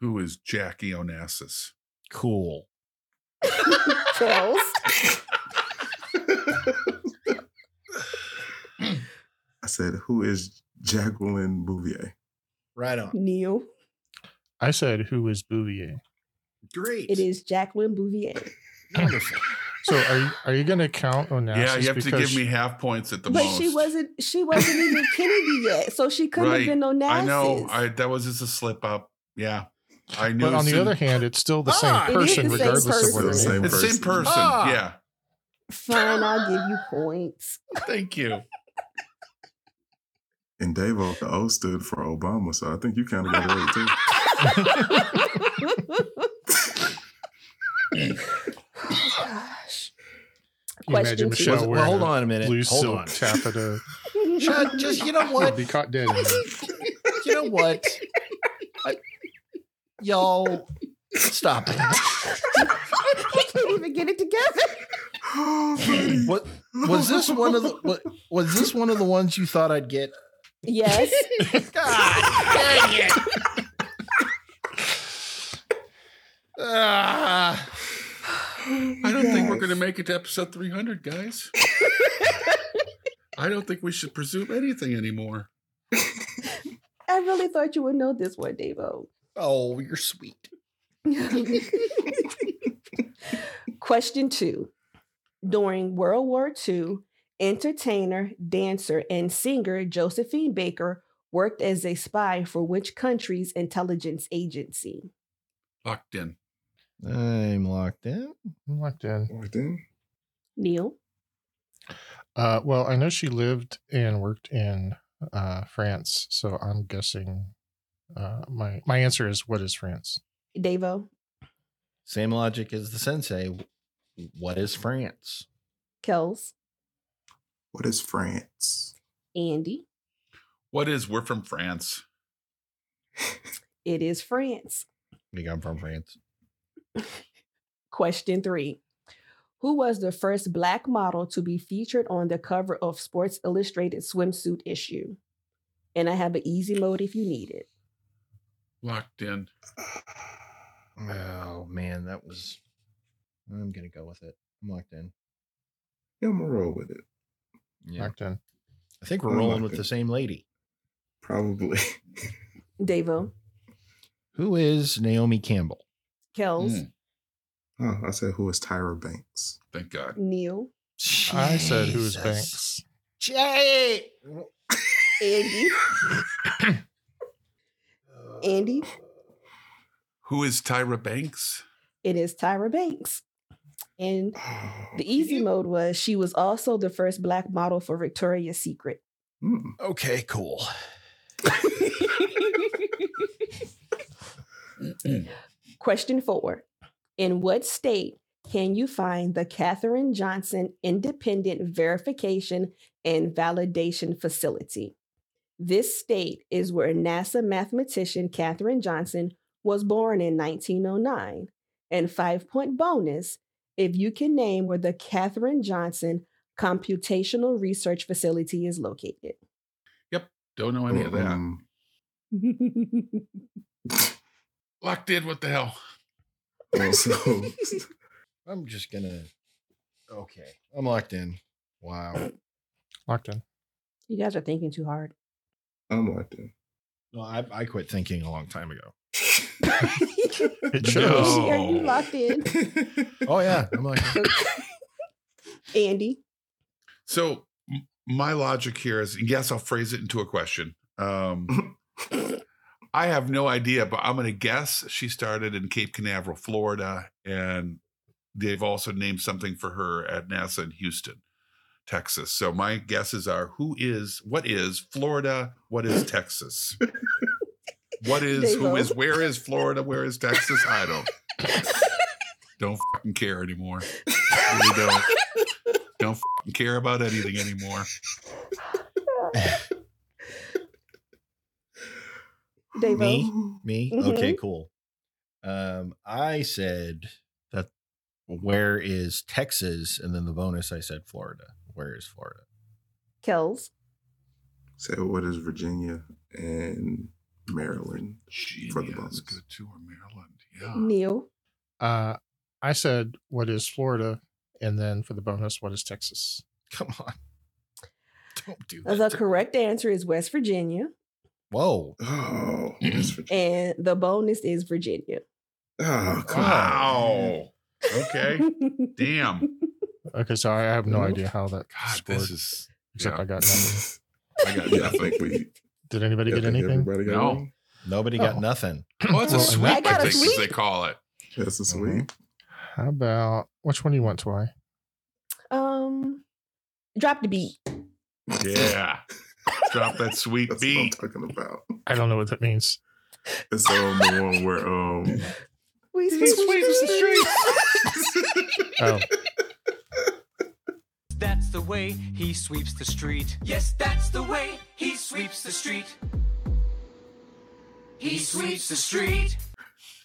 C: Who is Jackie Onassis?
A: Cool.
D: Charles,
E: I said, who is Jacqueline Bouvier?
A: Right on.
D: Neil.
B: I said, who is Bouvier?
A: Great.
D: It is Jacqueline Bouvier.
A: Wonderful.
B: So are you, are you going to count Onassis?
C: yeah, you have to
B: because
C: give me half points at the
D: but
C: most.
D: she wasn't she wasn't even Kennedy yet, so she couldn't
C: Right.
D: have been Onassis.
C: I know. I that was just a slip up. Yeah. I knew.
B: But on
C: as
B: the
C: soon-
B: other hand, it's still the
A: Ah,
B: same
A: it is
D: the
B: person,
D: same
B: regardless of
D: person.
B: what
E: It's the
B: her name
E: same
C: it's the same person.
A: Ah.
C: Yeah.
D: Fine, I'll give you points.
C: Thank you.
E: And Davo, the O stood for Obama, so I think you kind of got it right too.
D: Gosh.
B: you imagine
D: Question two.
B: Michelle
A: Was it- well,
B: wearing
A: hold
B: a
A: on a minute.
B: blue
A: Hold
B: silk
A: on.
B: taffeta.
A: Chad, just you know
B: would
A: what?
B: be caught dead. in there.
A: You know what? I- y'all, stop it.
D: I can't even get it together.
A: What was this one of the wa- was this one of the ones you thought I'd get?
D: Yes.
A: Ah,
C: we're going to make it to episode 300, guys. I don't think we should presume anything anymore.
D: I really thought you would know this one, Davo.
A: Oh, you're sweet.
D: Question two. During World War II, entertainer, dancer, and singer Josephine Baker worked as a spy for which country's intelligence agency?
C: Locked in.
A: I'm locked in.
B: I'm locked in.
E: Locked in.
D: Neil?
B: Uh, well, I know she lived and worked in uh, France, so I'm guessing uh, my my answer is what is France?
D: Davo?
A: Same logic as the sensei. What is France?
D: Kels?
E: What is France?
D: Andy?
C: What is we're from France?
D: It is France.
A: I think I'm from France.
D: Question three Who was the first black model to be featured on the cover of Sports Illustrated swimsuit issue? And I have an easy mode if you need it.
C: Locked in.
A: Oh man, that was. I'm gonna go with it. I'm locked in.
E: Yeah, I'm gonna roll with it.
A: Yeah,
B: Locked in.
A: I think we're
E: I'm
A: rolling
E: locked
A: with
E: in.
A: the same lady.
E: Probably.
D: Davo?
A: Who is Naomi Campbell?
D: Kels?
C: Mm,
E: oh, I said who is Tyra Banks?
C: thank God.
D: Neil?
B: I said who is
A: Jesus.
B: Banks?
A: Jay.
D: Andy? Andy?
C: Who is Tyra Banks?
D: It is Tyra Banks. And
E: Oh,
D: the easy mode was she was also the first black model for Victoria's Secret.
E: Mm.
A: Okay, cool.
D: Question four In what state can you find the Katherine Johnson Independent Verification and Validation Facility? This state is where NASA mathematician Katherine Johnson was born in 1909. And five point bonus if you can name where the Katherine Johnson Computational Research Facility is located.
C: Don't know any of that.
E: Um,
C: Locked in. What the hell?
E: also,
A: I'm just gonna. Okay, I'm locked in. Wow.
B: Locked in.
D: you guys are thinking too hard.
E: I'm locked in.
A: No, I, I quit thinking a long time ago.
B: It
C: No.
B: shows.
D: Are you locked in?
A: Oh yeah, I'm like
D: Andy?
C: So m- my logic here is yes, I'll phrase it into a question. Um, I have no idea, but I'm going to guess she started in Cape Canaveral, Florida, and they've also named something for her at NASA in Houston, Texas. So my guesses are who is, what is Florida, what is Texas? What is, who is, where is Florida, where is Texas? I don't, don't fucking care anymore. Really don't. Don't fucking care about anything anymore.
D: Davo?
A: Me? me. Okay,
B: Mm-hmm.
D: Mhm.
A: cool. Um, I said that. Where is Texas? And then the bonus, I said Florida. Where is Florida?
D: Kells?
E: Say what is Virginia and Maryland?
C: For the
E: Virginia
C: bonus.
E: is good
C: too, or Maryland.
D: Neil?
B: Uh, I said what is Florida, and then for the bonus, what is Texas?
A: Come on. Don't do that.
D: uh, The correct answer is West Virginia,
A: Whoa.
E: Oh, that's Virginia.
D: and the bonus is Virginia.
E: Oh, come
C: Wow. Okay. Damn.
B: Okay, so I have no
E: Oof.
B: idea how that
C: God,
B: scored,
C: this is.
B: except
C: yeah.
B: I got nothing.
E: on.
C: I got
E: yeah, I
C: nothing.
E: think we.
B: Did anybody
E: I
B: get
E: think
B: anything?
E: Everybody got
C: No.
E: one?
A: Nobody
B: Oh.
A: got nothing.
C: Oh, it's a
B: Well, I
C: sweep,
D: got
C: I
D: a
C: think, as
D: sweep.
C: they call it.
E: That's a sweep.
B: How about which one do you want, Twy?
D: Um, drop the beat.
C: Yeah. Drop that sweet
E: That's
C: beat.
E: what I'm talking about.
B: I don't know what that means.
E: It's um, the one where um,
D: We
E: sweeps the
B: Oh,
I: That's the way he sweeps the street. Yes, that's the way he sweeps the street. He sweeps the street.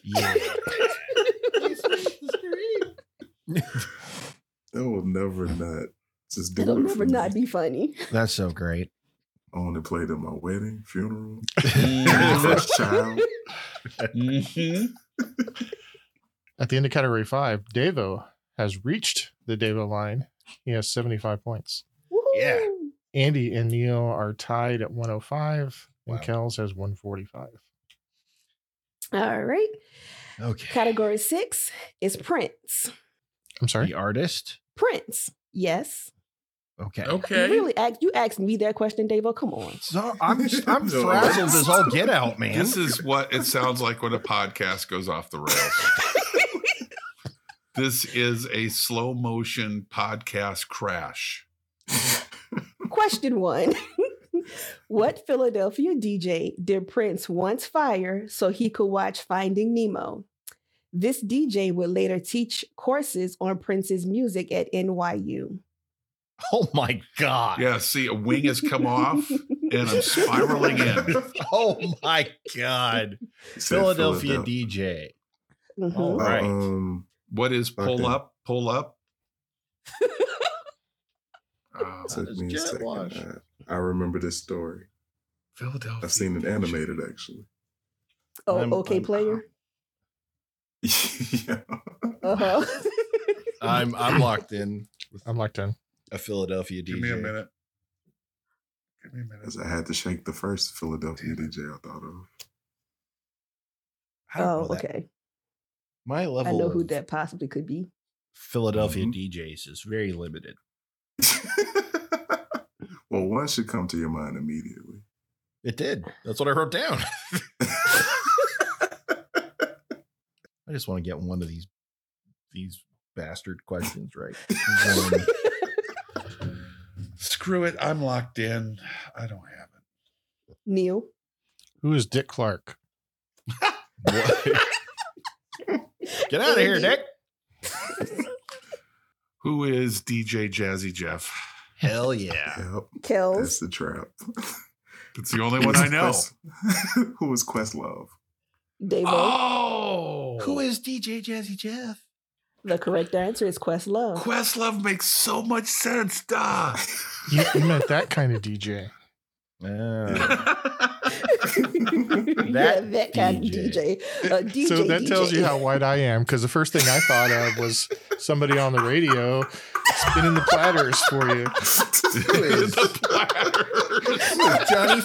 A: Yeah.
E: that will never not just do
D: It'll
E: it
D: never
E: for me.
D: not be funny.
A: That's so great.
E: I want to play at my wedding, funeral,
C: Mhm.
E: first child.
C: Mhm.
B: at the end of category five, Davo has reached the David line. He has 75 points.
C: Yeah.
D: Woohoo.
B: Andy and Neil are tied at 105, and
C: Wow.
B: Kells has 145.
D: All right.
A: Okay.
D: Category six is Prince.
B: I'm sorry.
A: The artist.
D: Prince. Yes.
A: Okay.
D: You really asked you asked me that question, Davo. Come on.
A: So I'm I'm
E: No.
A: frazzled as all get out, man.
C: This is what it sounds like when a podcast goes off the rails. this is a slow motion podcast crash.
D: Question one. what Philadelphia DJ did Prince once fire so he could watch Finding Nemo? This DJ would later teach courses on Prince's music at NYU.
A: oh my god.
C: Yeah, see, a wing has come off and I'm spiraling in.
A: oh my god.
E: He said
A: Philadelphia
E: Philadelphia.
A: DJ.
D: Mhm.
A: Oh. Right.
E: Um,
C: What is pull
E: Okay.
C: up? Pull up? Uh,
E: took
A: is
E: me a
A: jet
E: second.
A: wash.
E: I- I remember this story.
C: Philadelphia.
E: I've seen it animated actually.
D: Oh,
A: I'm-
D: okay,
A: I'm-
B: uh,
D: player.
E: yeah.
D: Uh-huh.
A: I'm I'm locked in with
B: I'm locked in.
A: a Philadelphia DJ.
C: Give me a
D: Oh,
C: minute. Give me a minute.
E: As I had to shake the first Philadelphia DJ I thought of.
A: I don't
D: oh,
A: know that.
D: okay.
A: My
D: I
A: level
D: know who
A: of
D: that possibly could be.
A: Philadelphia
E: Mhm.
A: DJs is very limited.
E: well, one should come to your mind immediately.
A: It did. That's what I wrote down. I just want to get one of these these bastard questions right. One.
C: Screw it. I'm locked in. I don't have it.
D: Neil.
B: Who is Dick Clark?
A: What? Get out of here, Nick.
C: Who is DJ Jazzy Jeff?
A: Hell yeah.
E: yep, that's
D: Kells.
E: the trap.
C: It's the only one I know.
E: Who is Questlove?
D: Davo.
C: Oh,
A: Who is DJ Jazzy Jeff?
D: The correct answer is Questlove.
C: Questlove makes so much sense. Duh.
B: You, you meant that kind of DJ.
A: Ah.
D: yeah,
A: That
D: that kind
A: DJ.
D: of Uh, DJ. A DJ.
B: so that tells you
D: DJ.
B: how wide I am because the first thing I thought of was somebody on the radio spinning the platters for you.
C: the platters.
A: Johnny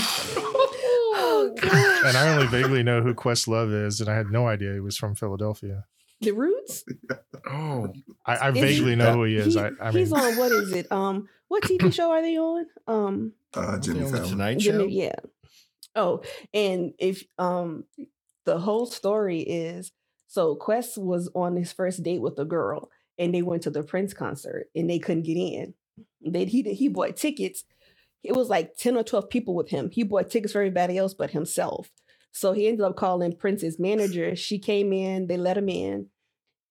A: Fever.
D: Oh god.
B: And I only vaguely know who Questlove is, and I had no idea he was from Philadelphia.
D: The Roots.
C: Oh,
B: I, I
D: Is he-
B: vaguely know who he is.
D: He-
B: I, I
D: he's
B: mean,
D: on what is it? Um, what TV show are they on? Um,
E: Uh, Jimmy Fallon.
A: Tonight
D: Jimmy-
A: Show.
D: yeah. Oh, and if um, the whole story is so Quest was on his first date with a girl, and they went to the Prince concert, and they couldn't get in. They he did- he bought tickets. It was like ten or twelve people with him. He bought tickets for everybody else but himself. So he ended up calling Prince's manager. She came in. They let him in,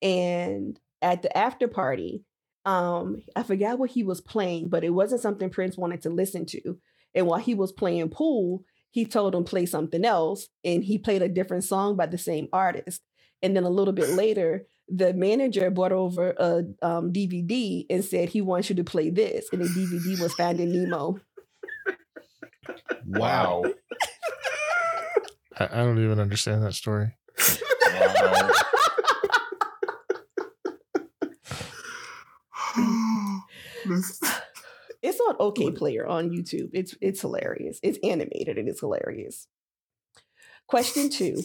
D: and at the after party. Um, I forgot what he was playing, but it wasn't something Prince wanted to listen to. And while he was playing pool, he told him play something else, and he played a different song by the same artist. And then a little bit later, the manager brought over a um, DVD and said he wants you to play this, and the DVD was Finding Nemo.
A: Wow.
B: I, I don't even understand that story.
E: This-
D: It's on OK Player on YouTube. It's it's hilarious. It's animated and it's hilarious. Question two: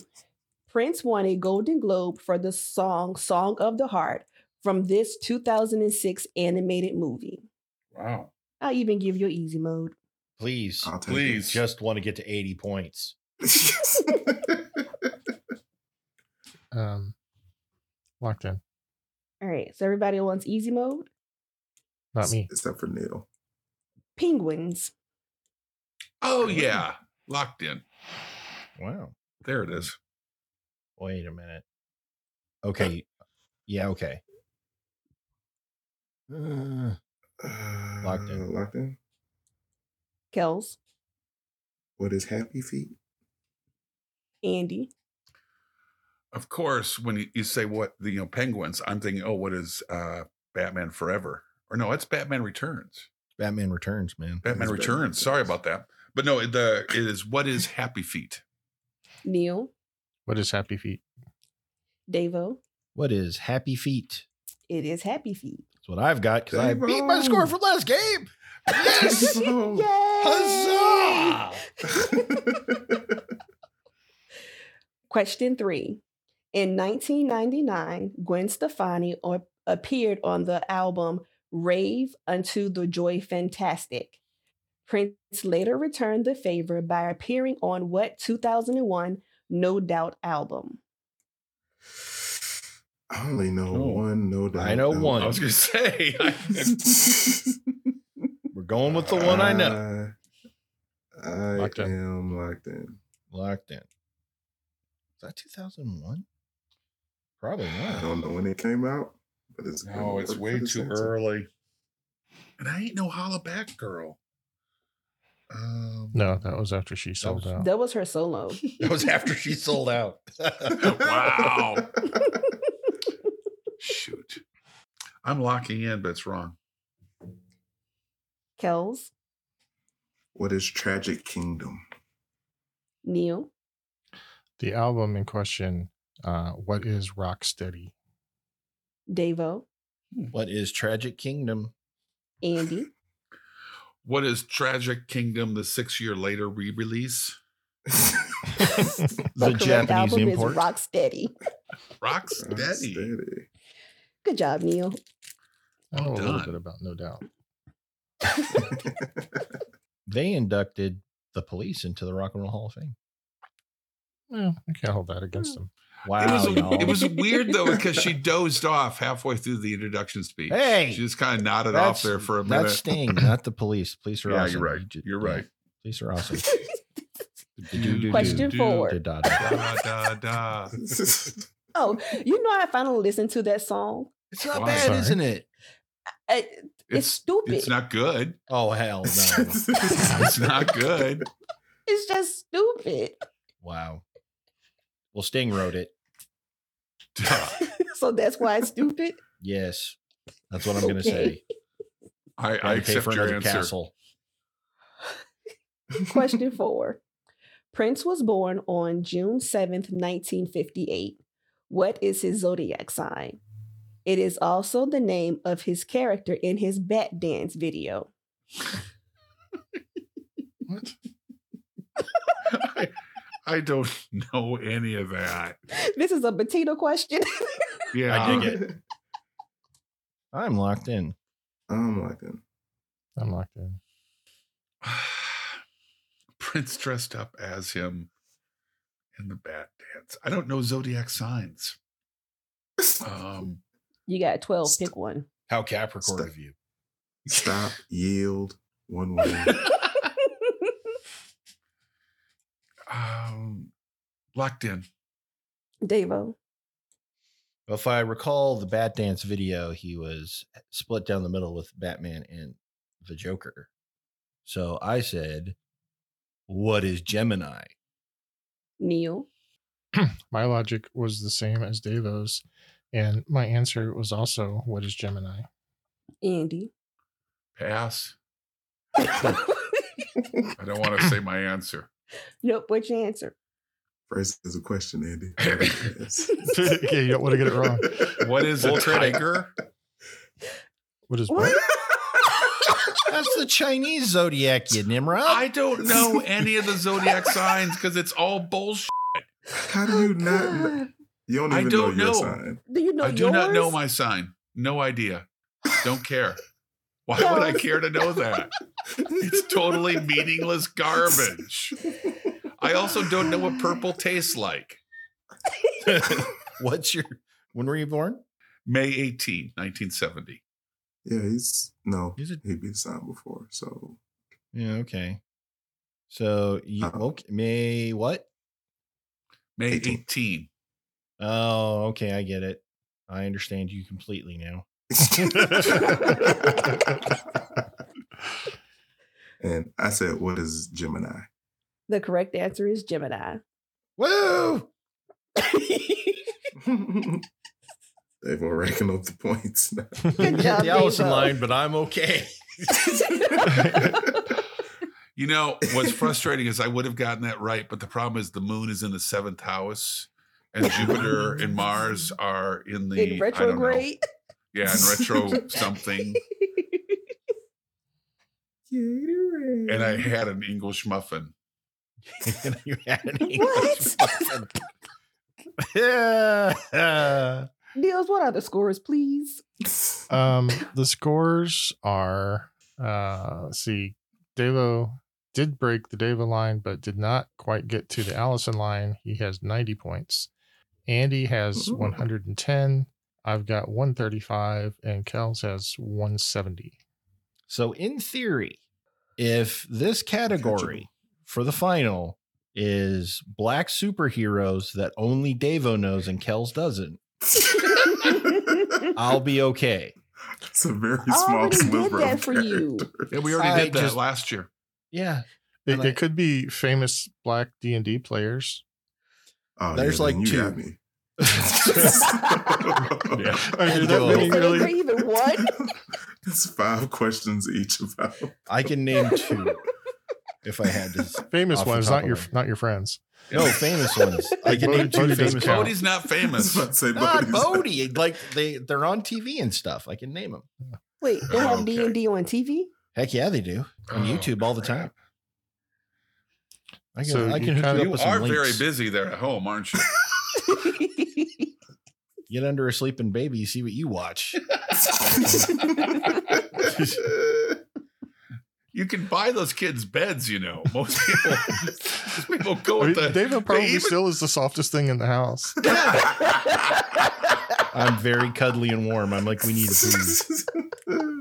D: Prince won a Golden Globe for the song "Song of the Heart" from this 2006 animated movie.
C: wow.
D: I'll even give you an easy mode.
A: Please.
E: I'll take
C: Please.
A: Just want to get to 80 points.
E: it.
B: Um, locked in.
D: All right, so everybody wants easy mode.
B: Not me.
E: Except for Neil.
D: Penguins.
C: Oh, yeah. Locked in.
A: Wow.
C: There it is.
A: Wait a minute. Okay. Yeah, okay. Uh,
E: Uh,
A: Locked in.
E: Locked in.
D: Kels,
E: What is Happy Feet?
D: Andy,
C: Of course, when you, you say what the you know penguins, I'm thinking, oh, what is uh Batman Forever? Or no, it's Batman Returns.
A: Batman Returns, man.
C: Batman
E: Batman
C: Returns. Sorry
E: Returns.
C: about that. But no, the it is what is Happy Feet.
D: Neil,
B: What is Happy Feet?
D: Davo,
A: What is happy feet?
D: it is happy feet.
A: That's what I've got because I
E: Dave-o.
A: beat my score from last game. Yes!
D: Yay!
E: So-
A: Huzzah!
D: Question three. In 1999, Gwen Stefani o- appeared on the album Rave Unto the Joy Fantastic. Prince later returned the favor by appearing on what 2001 No Doubt album?
E: I only know
A: Oh.
E: one. No doubt.
A: I know
E: though.
A: one.
C: I was gonna say.
A: We're going with the one I
E: Uh,
A: know.
E: I, I
B: Locked in.
E: am locked in.
A: Locked in. Is that 2001? Probably
E: I
A: not.
E: don't know when it came out, but it's gonna
C: no, it's
E: work for
C: way
E: the
C: too
E: sensor.
C: early. And I ain't no holla back girl. Um,
B: No, that was after she sold
A: was-
B: out.
D: That was her solo.
A: That was after she sold out.
C: Wow. Shoot. I'm locking in, but it's wrong.
D: Kells,
E: what is Tragic Kingdom?
D: Neil,
B: The album in question, uh, what is Rocksteady?
D: Davo,
A: what is Tragic Kingdom?
D: Andy,
C: What is Tragic Kingdom, the six year later re release?
A: The
D: correct
A: Japanese
D: album
A: import.
D: is Rocksteady.
C: Rocks Daddy.
E: Steady.
D: Good job, Neil.
B: I know a
C: done.
B: little bit about No Doubt.
A: they inducted the police into the Rock and Roll Hall of Fame.
B: Well, I can't hold that against them.
A: Wow.
C: It was,
A: y'all.
C: it was weird though because she dozed off halfway through the introduction speech.
A: Hey!
C: she just kind of nodded off
A: That's-
C: there for a minute.
A: That's Sting, not the police. Police are
C: Yeah,
A: awesome.
C: you're right.
A: You ju-
C: You're
A: yeah,
C: right.
A: Police are awesome.
C: Do,
D: Question
C: do,
D: four.
A: Da, da, da.
C: Da, da, da.
D: Oh, you know I finally listened to that song.
A: It's not
C: Wow.
A: bad,
B: Sorry.
A: isn't it?
D: I- It's stupid.
C: It's not good.
A: Oh hell no!
C: It's not good.
D: it's just stupid.
A: wow. Well, Sting wrote it.
C: Duh.
D: so that's why it's stupid.
A: Yes, that's what I'm going to
D: Okay.
A: say.
C: I, I
A: Gotta pay
C: accept your answer.
A: castle.
D: Question four. Prince was born on June 7th, 1958. What is his zodiac sign? It is also the name of his character in his Bat Dance video.
B: What?
C: I, I don't know any of that.
D: This is a potato question.
C: Yeah,
A: dig it. I'm locked in.
E: I'm locked in.
B: I'm locked in.
C: Prince dressed up as him in the bat dance. I don't know zodiac signs. Um,
D: You got 12, pick one.
A: How Capricorn
E: Stuff.
A: of you?
E: Stop, yield, one way.
C: um, locked in.
D: Devo,
A: If I recall the Bat Dance video, he was split down the middle with Batman and the Joker. So I said, "What is Gemini?"
D: Neil,
B: My logic was the same as Davos, and my answer was also what is Gemini?
D: Andy.
C: Pass. I don't want to say my answer.
D: nope, what's your answer?
E: Phrase is a question, Andy. Yes.
B: yeah, you don't want to get it wrong.
C: What is a tiger?
B: What is
D: What?
A: That's the Chinese zodiac, you Nimrod.
C: I don't know any of the zodiac signs because it's all bullshit.
E: How do
D: Oh,
E: you not? kn- You don't
C: I
E: even
C: don't
E: know your
C: know.
E: sign.
D: Do you know
C: I do not know
D: yours?
C: my sign. No idea. Don't care. Why would I care to know that? It's totally meaningless garbage. I also don't know what purple tastes like.
A: What's your? When were you born?
C: May 18, 1970.
E: Yeah, he's no.
A: He's a-
E: He'd been signed before, so
A: Yeah. Okay. So you
E: Uh-oh.
A: okay? May what?
C: May
E: 18.
C: 18.
A: Oh, okay. I get it. I understand you completely now.
E: and I said, "What is Gemini?"
D: The correct answer is Gemini.
A: Woo!
E: They've been racking up the points. now.
D: Good job,
A: the Allison
D: Devo.
A: line, but I'm okay.
C: You know, what's frustrating is I would have gotten that right, but the problem is the moon is in the seventh house. and Jupiter and Mars are in the
D: in
C: I don't know.
D: retrograde.
C: Yeah, in retro something.
E: Gatorade.
C: And I had an English muffin.
A: And you had an English
D: What?
A: muffin. yeah.
D: Deals, what are the scores, please?
B: Um, the scores are uh, let's see, Devo did break the Devo line, but did not quite get to the Allison line. He has 90 points. Andy has
E: Ooh.
B: 110. I've got 135, and Kels has 170.
A: So, in theory, if this category for the final is black superheroes that only Davo knows and Kells doesn't, I'll be okay.
E: it's a very
D: I
E: small
D: already did
E: sliver.
D: that
E: of
D: for you.
E: character.
C: Yeah, we already
A: I
C: did that
A: just-
C: last year.
A: Yeah.
B: It,
A: And I-
B: it could be famous black D and D players.
E: Oh,
A: There's
E: yeah,
A: like
E: then you
A: two.
E: got me.
B: I mean,
A: And
B: that
E: Oh,
A: Devo.
B: many
D: So they
B: really,
D: agree even one?
E: It's five questions each about.
A: I can name two if I had to. s-
B: famous
A: off the
B: ones,
A: top
B: not
A: of
B: your
A: my-
B: not your friends.
A: No, famous ones. I can name
B: Bodhi-
A: two
B: Bodhi doesn't
A: famous
B: count.
A: ones.
C: Bodhi's not
E: I was
C: famous.
E: about to say
A: Not
E: Bodhi's-
A: Bodhi. Like they, they're on TV and stuff. I can name them.
D: Wait, they have
C: Okay.
D: D and D on TV.
A: Heck yeah, they do on
C: Oh,
A: YouTube all the
C: crap.
A: time. I can,
B: So
A: I
B: you
A: can hook
B: kinda-
A: you up
C: You
A: with some
C: are very
A: links.
C: busy there at home, aren't you?
A: Get under a sleeping baby, see what you watch.
C: you can buy those kids beds, you know. Most people, most people go
B: I mean,
C: with the.
B: David probably
C: even-
B: still is the softest thing in the house.
A: I'm very cuddly and warm. I'm like, we need to poo.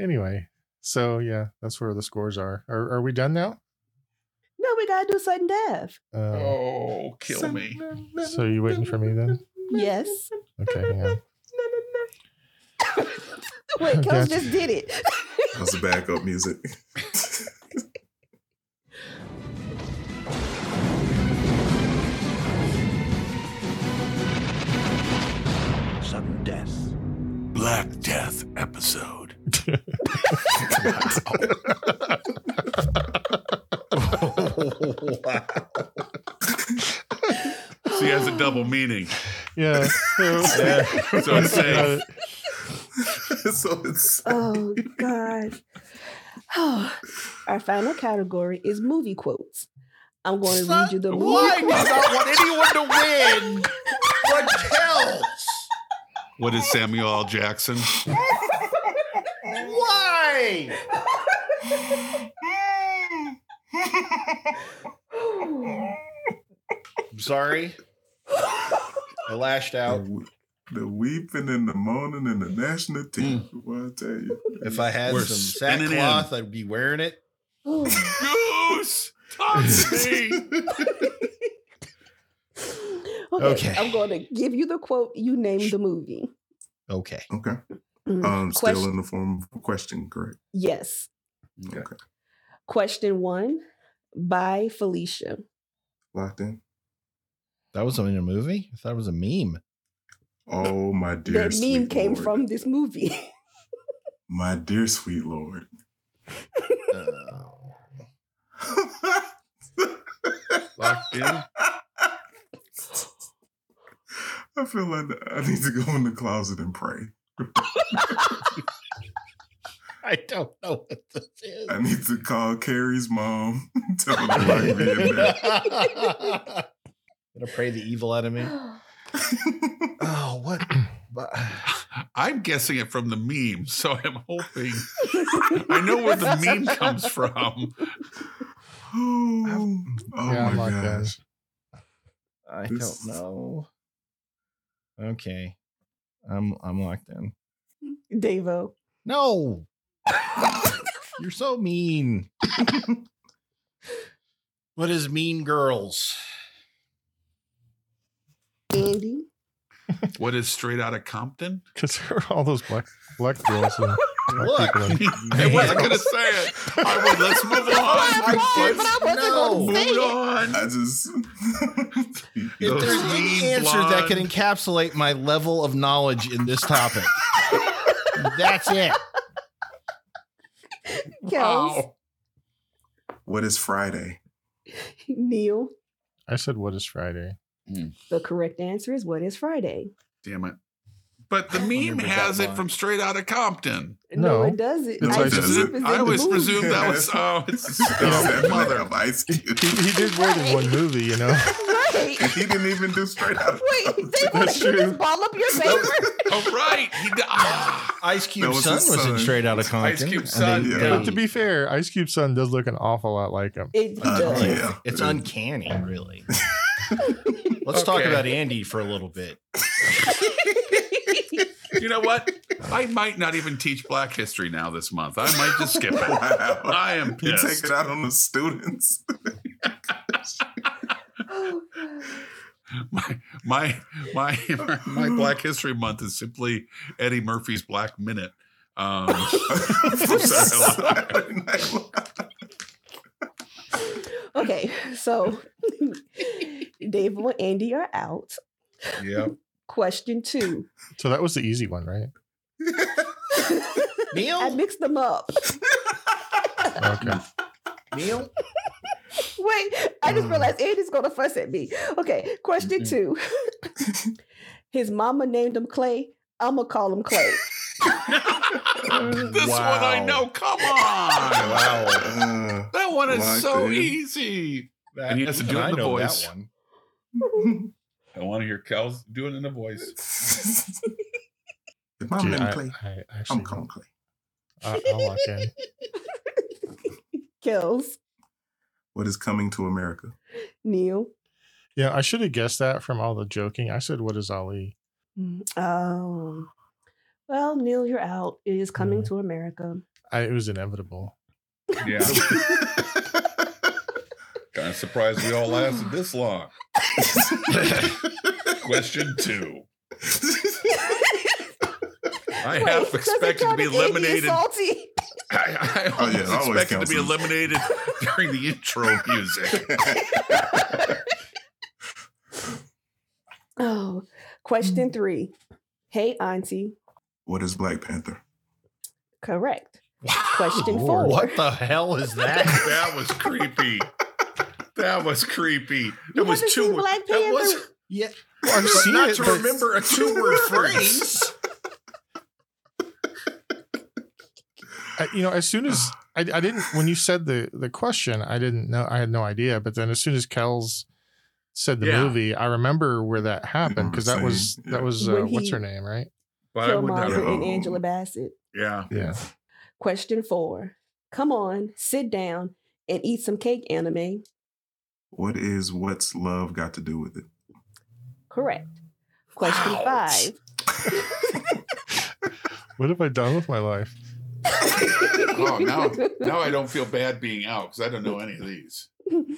B: Anyway, so yeah, that's where the scores are. Are, are we done now?
D: no, we gotta do sudden death.
B: Um,
C: oh, kill me.
B: So you waiting for me then?
D: Yes.
B: Okay, hang on.
D: Wait, Kels
B: Gotcha.
D: just did it.
E: That was backup music.
G: Sudden death.
C: Black Death episode.
A: wow.
C: So he has a double meaning.
B: Yeah. So,
C: So it's
B: Uh,
C: safe.
E: so it's
D: Oh God. Oh, our final category is movie quotes. I'm going to read you the movie.
A: Why
D: quotes.
A: does I want anyone to win? What else?
C: What is Samuel L. Jackson?
A: Why? I'm sorry. I lashed
E: the,
A: out.
E: we- the weeping and the moaning and the national team. What I tell you,
A: Mm. If I had
C: We're
A: some
C: spinning in.
A: sackcloth, I'd be wearing it.
C: Goose! Talk to me!
D: okay,
A: Okay.
D: I'm going to give you the quote. You name the movie.
A: Okay.
E: okay,
D: Mm,
E: um, still
D: question-
E: in the form of a question, correct?
D: yes.
E: Okay,
D: Question one by Felicia.
E: locked in.
A: That was in a movie? I thought it was a meme.
E: Oh my dear,
D: that meme
E: sweet
D: came
E: Lord.
D: from this movie.
E: my dear sweet lord.
A: Uh,
C: Locked in?
E: I feel like I need to go in the closet and pray.
A: I don't know what this is.
E: I need to call Carrie's mom, tell her to lock me in there.
A: Gonna pray the evil out of me. Oh, what? but-
C: I'm guessing it from the meme, so I'm hoping. I know where the meme comes from.
E: Oh, oh
B: yeah, I'm
E: my
B: like that.
E: gosh.
A: I
E: This-
A: don't know. Okay, I'm I'm locked in.
D: Devo.
A: No, you're so mean. what is Mean Girls?
D: Andy.
C: What is straight out of Compton?
B: Because there are all those black black girls and black
A: Look,
B: people. in-
C: I wasn't going to say it. I would, let's move on.
A: but I wasn't gonna
C: Let's move on.
E: I just.
A: If
C: Those
A: there's any
C: mean
A: answer that can
C: blonde-
A: encapsulate my level of knowledge in this topic, that's it.
C: Oh,
D: Kels.
E: What is Friday?
D: Neil,
B: I said, what is Friday?
D: the correct answer is what is Friday?
C: Damn it. But the meme
J: remembered that
C: has it
J: line.
C: from straight out of Compton.
B: No.
D: it doesn't.
B: It's
D: Ice
B: Ice
D: Cube is
B: Cube.
D: in
C: I
D: the
C: always
D: movie.
C: presumed that was oh it's
E: Oh,
C: oh,
E: mother
C: mother
E: of ice
B: He,
E: cube.
B: he did more than one movie, you know?
D: Right.
E: And he didn't even do straight out. of
D: Wait, they want
B: That's
D: to
B: true.
D: just ball up your favor?
C: Oh right. He di- ah.
A: Ice
E: That
A: Cube's
E: was
A: son
E: his
A: was in
E: son.
A: Straight Out of Compton.
C: Cube's
A: and
C: son,
E: yeah.
B: But to be fair, Ice Cube Son does look an awful lot like him.
D: It
E: Uh,
D: does.
E: yeah.
A: It's uncanny, really. Let's talk
C: Okay.
A: about Andy for a little bit.
C: You know what? I might not even teach black history now this month. I might just skip it.
E: Wow.
C: I am
E: You
C: pissed.
E: take it out on the students.
D: Oh, God.
C: my my my my Black History Month is simply Eddie Murphy's Black Minute. Um,
E: From Saturday Night Live.
D: okay, so Dave and Andy are out.
C: yeah,
D: Question two.
B: So that was the easy one, right?
D: I
A: Neil,
D: mixed them up.
B: Okay.
A: Neil,
D: Wait, I
C: Mm.
D: just realized Andy's gonna fuss at me. Okay, question
J: Mm-mm.
D: two. His mama named him Clay. I'ma call him Clay.
C: this one I
A: Wow.
C: know. Come on,
A: wow,
E: Uh,
C: that one is
E: Like
C: so
E: it.
C: easy.
A: that,
C: And he has to do it in
A: I
C: the
A: know that
C: voice.
A: one.
E: Uh,
C: I want to hear Kel's doing it in a voice.
E: if my
B: Gee, I,
E: men play,
B: I actually,
E: I'm calling Clay.
C: Uh,
B: I, I'll lock in.
D: Kills
E: What is coming to America?
D: Neil.
B: Yeah, I should have guessed that from all the joking. I said, what is Ali?
D: Oh. Well, Neil, you're out. It is coming
B: Mm.
D: to America.
B: I, it was inevitable.
C: Yeah, kind of surprised we all lasted this long. Question two. I
D: Wait,
C: half
D: does it
C: expected to
D: count
C: be
D: if Andy is
C: eliminated.
D: Salty.
C: I, I
E: Oh, yeah,
C: always
E: it always
C: expected to
E: counts
C: be
E: as-
C: eliminated during the intro music.
D: Oh. Question three. Hey, Auntie.
E: what is Black Panther?
D: Correct. Question four.
A: Lord, What the hell is that?
C: That was creepy. That was creepy. That
D: You
C: was
D: haven't
C: two.
D: seen Black
C: that was
D: Panther?
A: yeah,
B: Well, I've seen
C: not
B: it,
C: to
B: but-
C: remember a two-word phrase.
B: I, you know, as soon as I, I didn't, when you said the the question, I didn't know, I had no idea. But then as soon as Kells said the
C: Yeah.
B: movie, I remember where that happened because that was
E: Insane, yeah.
B: that was uh,
D: When
B: what's
D: he-
B: her name, right?
C: But I would not.
D: Killmonger
E: know.
D: and Angela Bassett.
C: Yeah.
B: Yeah.
D: Question four. Come on, sit down and eat some cake, anime.
E: What is what's love got to do with it?
D: Correct. Question
C: Ouch.
D: five.
B: What have I done with my life?
C: Oh, now, now I don't feel bad being out because I don't know any of these.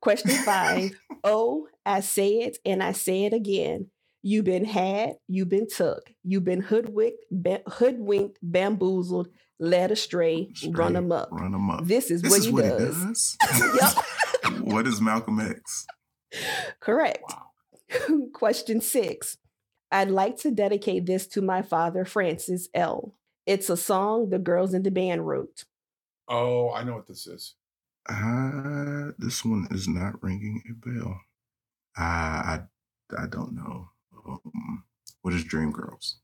D: Question five. oh, I say it and I say it again. You've been had, you've been took, you've been hoodwinked, ba- hoodwinked, bamboozled, led astray, run
E: Straight,
D: amok.
E: Run them up.
D: This is
E: This
D: what
E: is
D: he
E: what
D: does.
E: he does. what is Malcolm X?
D: Correct. Question six. I'd like to dedicate this to my father, Francis L. It's a song the girls in the band wrote.
C: Oh, I know what this is.
E: Uh, this one is not ringing a bell. I I, I don't know. Um, what is Dream Girls?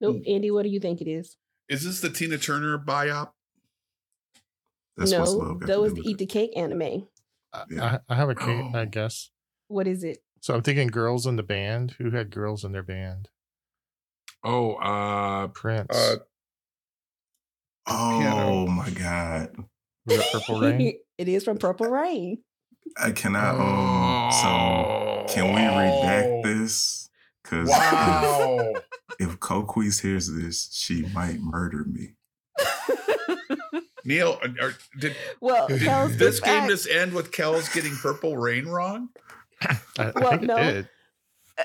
D: Nope.
E: Mm.
D: Andy, what do you think it is?
C: Is this the Tina Turner biop?
E: That's what's
D: no,
E: love got
D: that
E: to
D: was
E: do
D: the
E: with
D: Eat the
E: it.
D: Cake anime.
B: I,
E: Yeah.
B: I, I have a case, I guess.
D: What is it?
B: So I'm thinking girls in the band. Who had girls in their band?
C: Oh, uh,
B: Prince.
C: Uh,
E: Oh my god!
B: Was it Purple Rain?
D: it is from Purple Rain.
E: I cannot. Um, so can we redact this? Because
C: Oh. Wow.
E: if, if Coquise hears this, she might murder me.
C: Neil, uh, are, are- did,
D: well,
C: did
D: Kells,
C: this
D: in
C: game
D: fact,
C: just end with Kells getting Purple Rain wrong?
B: I, I
D: well,
B: think
D: no.
B: it did.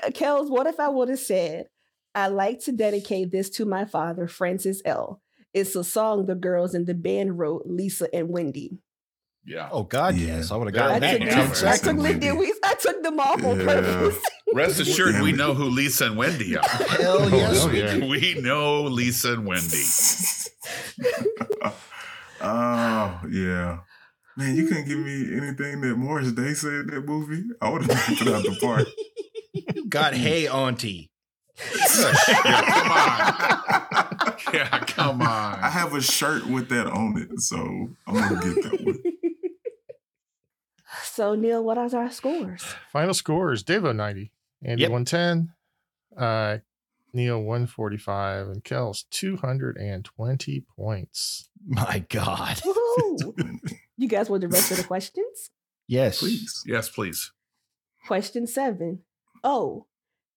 D: uh, Kells, what if I would have said, I like to dedicate this to my father, Francis L. It's a song the girls in the band wrote, Lisa and Wendy.
C: Yeah.
A: Oh God,
E: Yeah.
A: yes, I would have
C: Oh,
D: I
A: gotten that. in
C: Yeah,
D: took,
C: yeah,
A: ten
D: them, I,
E: Francis
A: seconds.
D: took
E: and
D: Wendy.
E: Wendy.
D: I took them off on
E: Yeah.
D: purpose.
C: Rest assured,
E: Damn
C: we
E: it.
C: know who Lisa and Wendy are.
A: Hell
B: Oh,
A: yes,
B: hell
A: we
B: yeah.
A: do.
C: we know Lisa and Wendy.
E: oh yeah. Man, you couldn't give me anything that Morris Day said in that movie. I would have knocked it out the park.
A: You got hey auntie.
C: Yeah, come
E: I
C: on.
E: have a shirt with that on it, so I'm gonna get that one.
D: So Neil, what are our scores?
B: Final scores Devo 90, Andy
A: Yep.
B: 110, uh, Neil 145, and Kels 220 points.
A: My God.
D: Woohoo! you guys want the rest of the questions?
A: Yes.
E: Please.
C: Yes, please.
D: Question seven. Oh,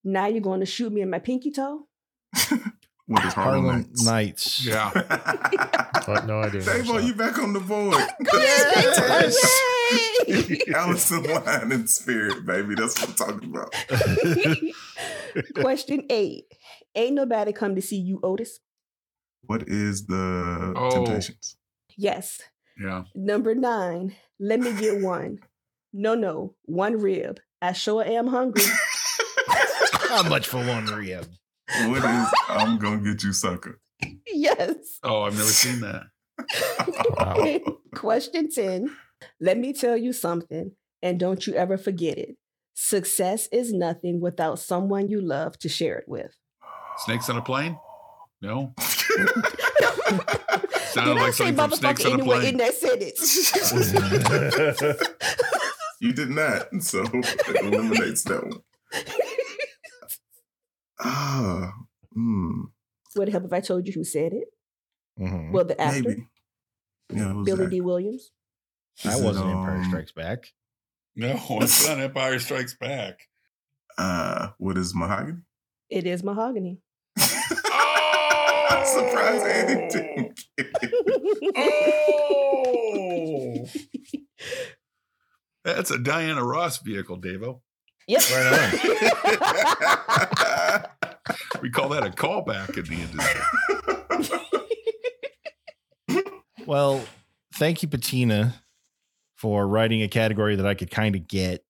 D: now you're going to shoot me in my pinky toe?
E: What is
A: Harlem
E: Harlem Nights?
A: Nights.
C: Yeah.
B: But no, I didn't.
E: Davo, you back on the board. Allison Line in spirit, baby. That's what I'm talking about.
D: Question eight. Ain't nobody come to see you, Otis.
E: What is the
C: Oh.
E: temptations?
D: Yes.
C: Yeah.
D: Number nine. Let me get one. No, no, one rib. I sure am hungry.
A: How much for one rib?
E: What is I'm gonna get you sucker?
D: yes.
C: Oh, I've never seen that.
B: Wow.
D: Question 10. Let me tell you something, and don't you ever forget it. Success is nothing without someone you love to share it with.
C: Snakes on a plane? No.
D: Did
C: Sounded
D: I
C: like
D: say
C: something from Snakes
D: motherfucker
C: on a
D: anywhere in
C: Plane.
D: that sentence?
E: you did not, so it eliminates that one. Ah, hmm,
D: Would it help if I told you who said it?
A: Mhm.
D: Well, the actor,
E: maybe. Yeah, who's
D: Billy
E: that?
D: D. Williams.
A: I
E: Is it,
A: wasn't in Empire
E: um,
A: Strikes Back.
C: No, it's not Empire Strikes Back.
E: Uh, what is mahogany?
D: It is mahogany.
C: Oh!
E: I'm surprised Andy didn't get it.
C: Oh! That's a Diana Ross vehicle, Davo.
D: yep.
C: We call that a callback in the industry.
A: Well, thank you, Patina, for writing a category that I could kind of get.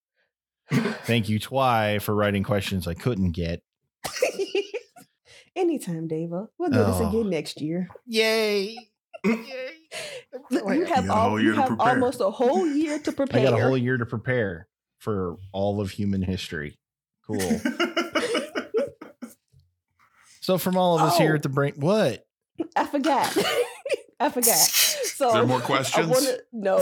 A: thank you, Twy, for writing questions I couldn't get.
D: Anytime, Dava. We'll do this
A: Oh.
D: again next year.
A: Yay!
D: You have,
E: You got a
D: al-
E: whole
D: you
E: year to
D: have
E: prepare.
D: almost a whole year to
A: I
D: prepare.
A: got a whole year to prepare for all of human history. Cool. so, from all of us here
D: Oh.
A: at the brain, what?
D: I forgot. I forgot. So
C: Is there more
D: Oh, I
C: questions?
D: want to no,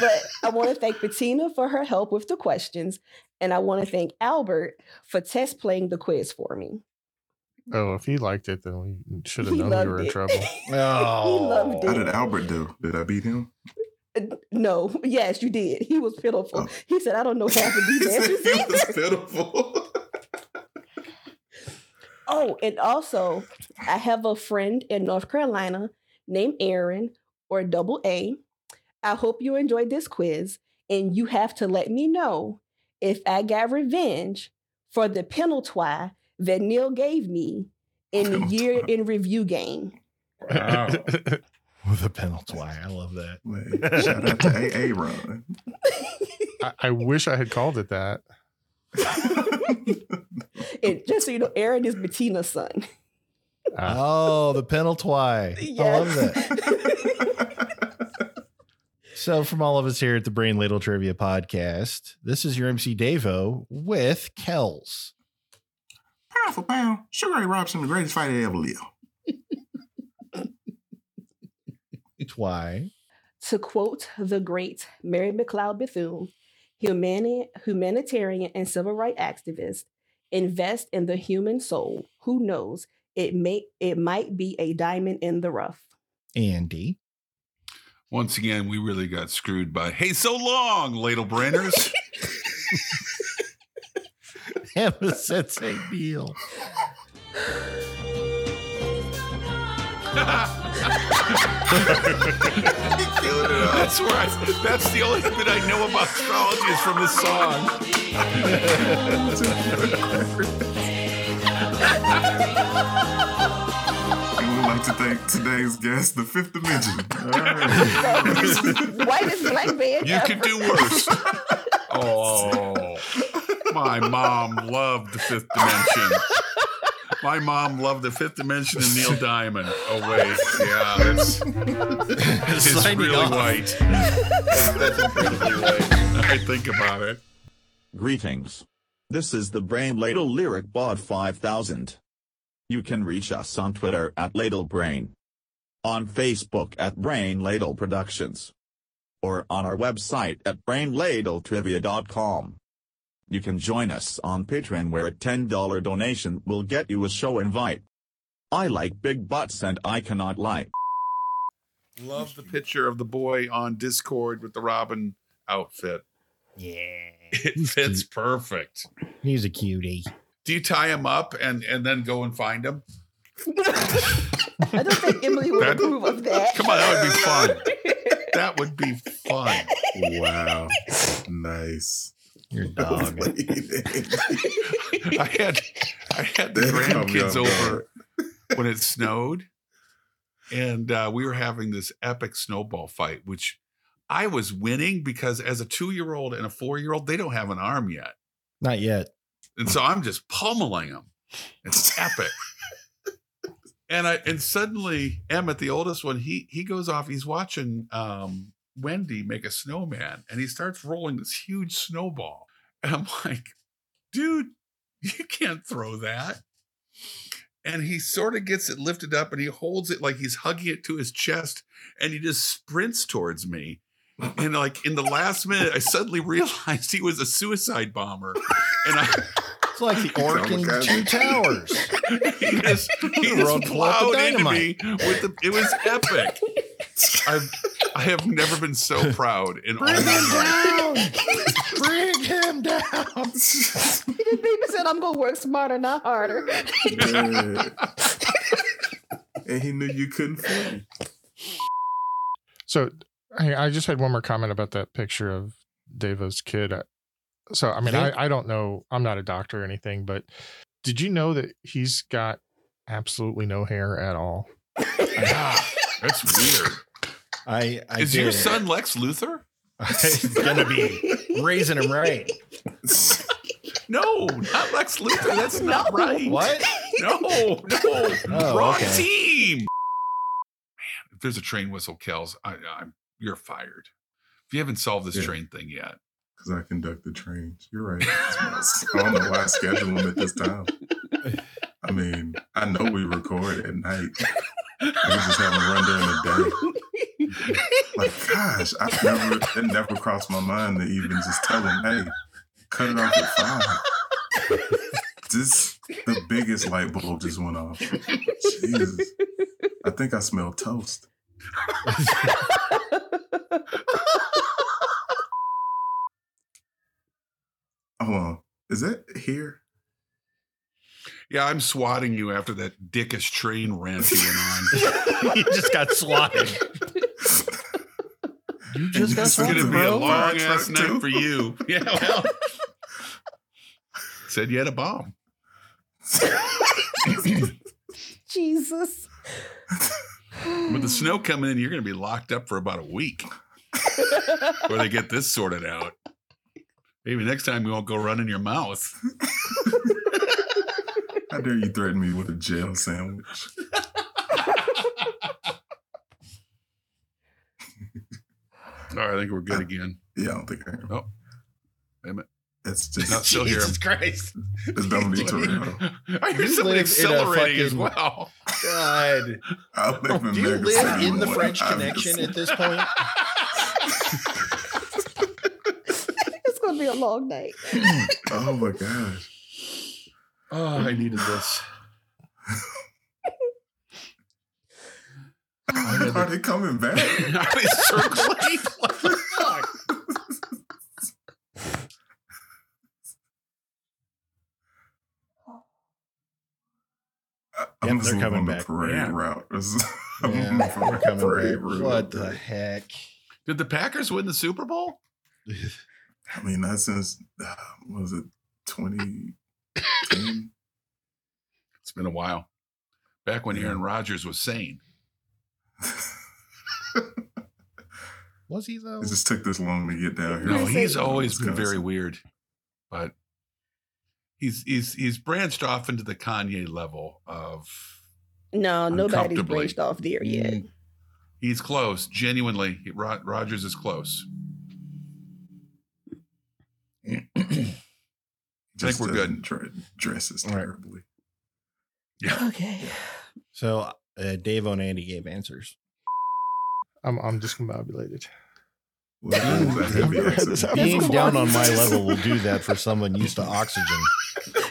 D: but I want to thank Bettina for her help with the questions, and I want to thank Albert for test playing the quiz for me.
B: Oh, if he liked it, then we should have
D: He
B: known we
D: loved
B: were in
D: it.
B: trouble.
A: Oh.
D: loved
E: How
D: it.
E: did Albert do? Did I beat him?
D: No, yes, you did. He was pitiful.
E: Oh.
D: He said, "I don't know half of
E: He
D: these
E: said
D: answers."
E: he was
D: either."
E: pitiful.
D: Oh, and also, I have a friend in North Carolina named Aaron or Double A. I hope you enjoyed this quiz, and you have to let me know if I got revenge for the penalty that Neil gave me in the year in review game.
C: Wow.
A: With a penalty. I love that.
E: Man, shout out to AA Ron.
B: I, I wish I had called it that.
D: and just so you know, Aaron is Bettina's son. Ah.
B: Uh,
A: Oh, the penalty. I love that. So, from all of us here at the Brain Ladle Trivia Podcast, this is your MC Davo with Kells.
E: pound for pound, Sugar Ray Robinson, the greatest fighter to ever live.
A: It's why.
D: To quote the great Mary McLeod Bethune, humani- humanitarian and civil rights activist, invest in the human soul. Who knows? It may it might be a diamond in the rough.
A: Andy.
C: Once again, we really got screwed by, hey, so long, ladle brainers.
A: Emma Sensei Neal.
C: that's where I, that's the only bit I know about astrology is from this song.
E: And we'd like to thank today's guest, the fifth dimension. All right.
D: Whitest black man.
C: You could do worse. Oh, my mom loved the fifth dimension. My mom loved the Fifth Dimension and Neil Diamond. Oh wait, yeah, that's it's
A: Signing
C: really
A: off.
C: white. That's incredibly white. I think about it.
J: Greetings. This is the Brain Ladle Lyric Bot 5000. You can reach us on Twitter at Ladle Brain, on Facebook at Brain Ladle Productions, or on our website at brainladletrivia.com. You can join us on Patreon where a $10 donation will get you a show invite. I like big butts and I cannot lie.
C: Love the picture of the boy on Discord with the Robin outfit. Yeah, it fits perfect.
A: He's a cutie.
C: Do you tie him up and and then go and find him?
D: I don't think Emily would
C: That-
D: approve of that.
C: Come on, that would be fun. That would be fun.
E: Wow. nice.
A: Your dog.
C: I had I had the
E: That caught me
C: grandkids
E: off guard.
C: over when it snowed, and uh, we were having this epic snowball fight, which I was winning because as a two year old and a four year old, they don't have an arm yet,
A: Not yet.
C: and so I'm just pummeling them. It's epic. And I and suddenly Emmett, the oldest one, he he goes off. He's watching um, Wendy make a snowman, and he starts rolling this huge snowball. And I'm like, dude, you can't throw that. And he sort of gets it lifted up, and he holds it like he's hugging it to his chest, and he just sprints towards me. And like in the last minute, I suddenly realized he was a suicide bomber, and I.
A: It's like the orc in
E: Kamikaze.
A: Two Towers.
C: he just, he
A: Roll
C: just
A: up the
C: plowed into me
A: dynamite.
C: with the. It was epic. I've I have never been so proud in all
A: Bring him
C: my
A: down. Bring him down.
D: The baby said, I'm going to work smarter, not harder.
E: Yeah. and he knew you couldn't fool him.
B: So I, I just had one more comment about that picture of Deva's kid. Uh, So I mean, I, I don't know. I'm not a doctor or anything, but did you know that he's got absolutely no hair at all?
C: life. God, that's weird.
A: I, I
C: Is
A: did
C: your
A: it.
C: son Lex Luthor?
A: It's gonna be raising him right.
C: No, not Lex Luthor. That's not right.
A: What?
C: No, no,
A: Oh,
C: wrong
A: okay.
C: team. Man, if there's a train whistle, Kels, I, I'm you're fired. If you haven't solved this
E: Yeah.
C: train thing yet,
E: Because I conduct the trains. You're right. That's why I don't know why I schedule them at this time. I mean, I know we record at night. I was just having run during the day. Like, gosh, I never it never crossed my mind to even just tell him, hey, cut it off at five. This the biggest light bulb just went off. Jesus. I think I smell toast. Hold on. Is that here?
C: yeah, I'm swatting you after that dickish train rant you went on.
A: he just got swatted. You just got
E: It's gonna
A: swatted,
C: It's gonna be a
A: bro.
C: long ass
E: Trust
C: night
E: too.
C: for you. Yeah, well. Said you had a bomb.
D: Jesus.
C: With the snow coming in, you're gonna be locked up for about a week. Where they get this sorted out. Maybe next time you won't go running your mouth.
E: How dare you threaten me with a jail sandwich?
C: All right, I think we're good again.
E: Yeah, I don't think I am.
C: Oh. Damn it.
E: It's
C: No,
E: just
C: still hear him.
A: Christ.
E: it's Dominique Toretto.
C: I hear
A: You live in
C: somebody
A: a
C: accelerating as
A: fucking-
C: well.
A: God.
E: I live in
A: Do you
E: Mega
A: live
E: City
A: in the
E: one,
A: French
E: obviously.
A: Connection at this point?
D: It's going to be a long night.
E: Oh my gosh.
C: Oh, I needed this.
E: Are they coming back?
C: I was circling. What the fuck?
A: Yep,
E: I'm just
A: they're coming
E: on the
A: back.
E: parade
C: Yeah.
E: route. I'm
A: Yeah,
E: moving from
A: we're
E: the
A: coming
E: parade
A: back.
E: route.
A: What the heck?
C: Did the Packers win the Super Bowl?
E: I mean, not since uh, what was it 2010?
C: It's been a while. Back when Aaron Rodgers was sane.
A: Was he though?
E: it just took this long to get down here.
C: No, he's
E: It's
C: always been
E: kinda
C: very weird, but he's he's he's branched off into the Kanye level of
D: No, nobody's
C: Uncomfortably.
D: branched off there yet.
C: he's close. Genuinely, He- Ro- Rogers is close.
E: Just
C: we're good.
E: doesn't dre- dresses
A: All right.
E: terribly.
D: Okay.
A: So uh, Dave O'Nandy gave answers.
B: I'm I'm discombobulated.
E: Well, that was a
B: I've
E: heavy
B: never had this
E: accent.
B: happen
A: Being
B: before.
A: down on my level will do that for someone used to oxygen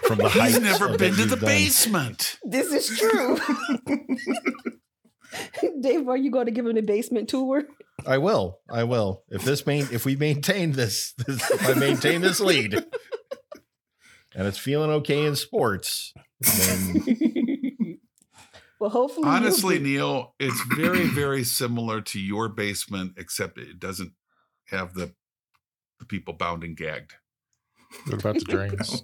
A: from the heights.
C: He's never
A: of
C: been
A: that
C: to
A: you've
C: the
A: done.
C: basement.
D: This is true. Dave, are you going to give him the basement tour?
A: I will. I will. If this main, if we maintain this, this if I maintain this lead, and it's feeling okay in sports, then
D: well, hopefully. you'll
C: Honestly,
D: do-
C: Neil, it's very very similar to your basement, except it doesn't have the the people bound and gagged.
B: What about the drains?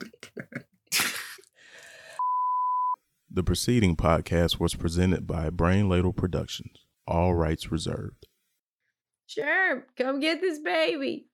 K: The preceding podcast was presented by Brain Ladle Productions, all rights reserved.
L: Sure, come get this baby.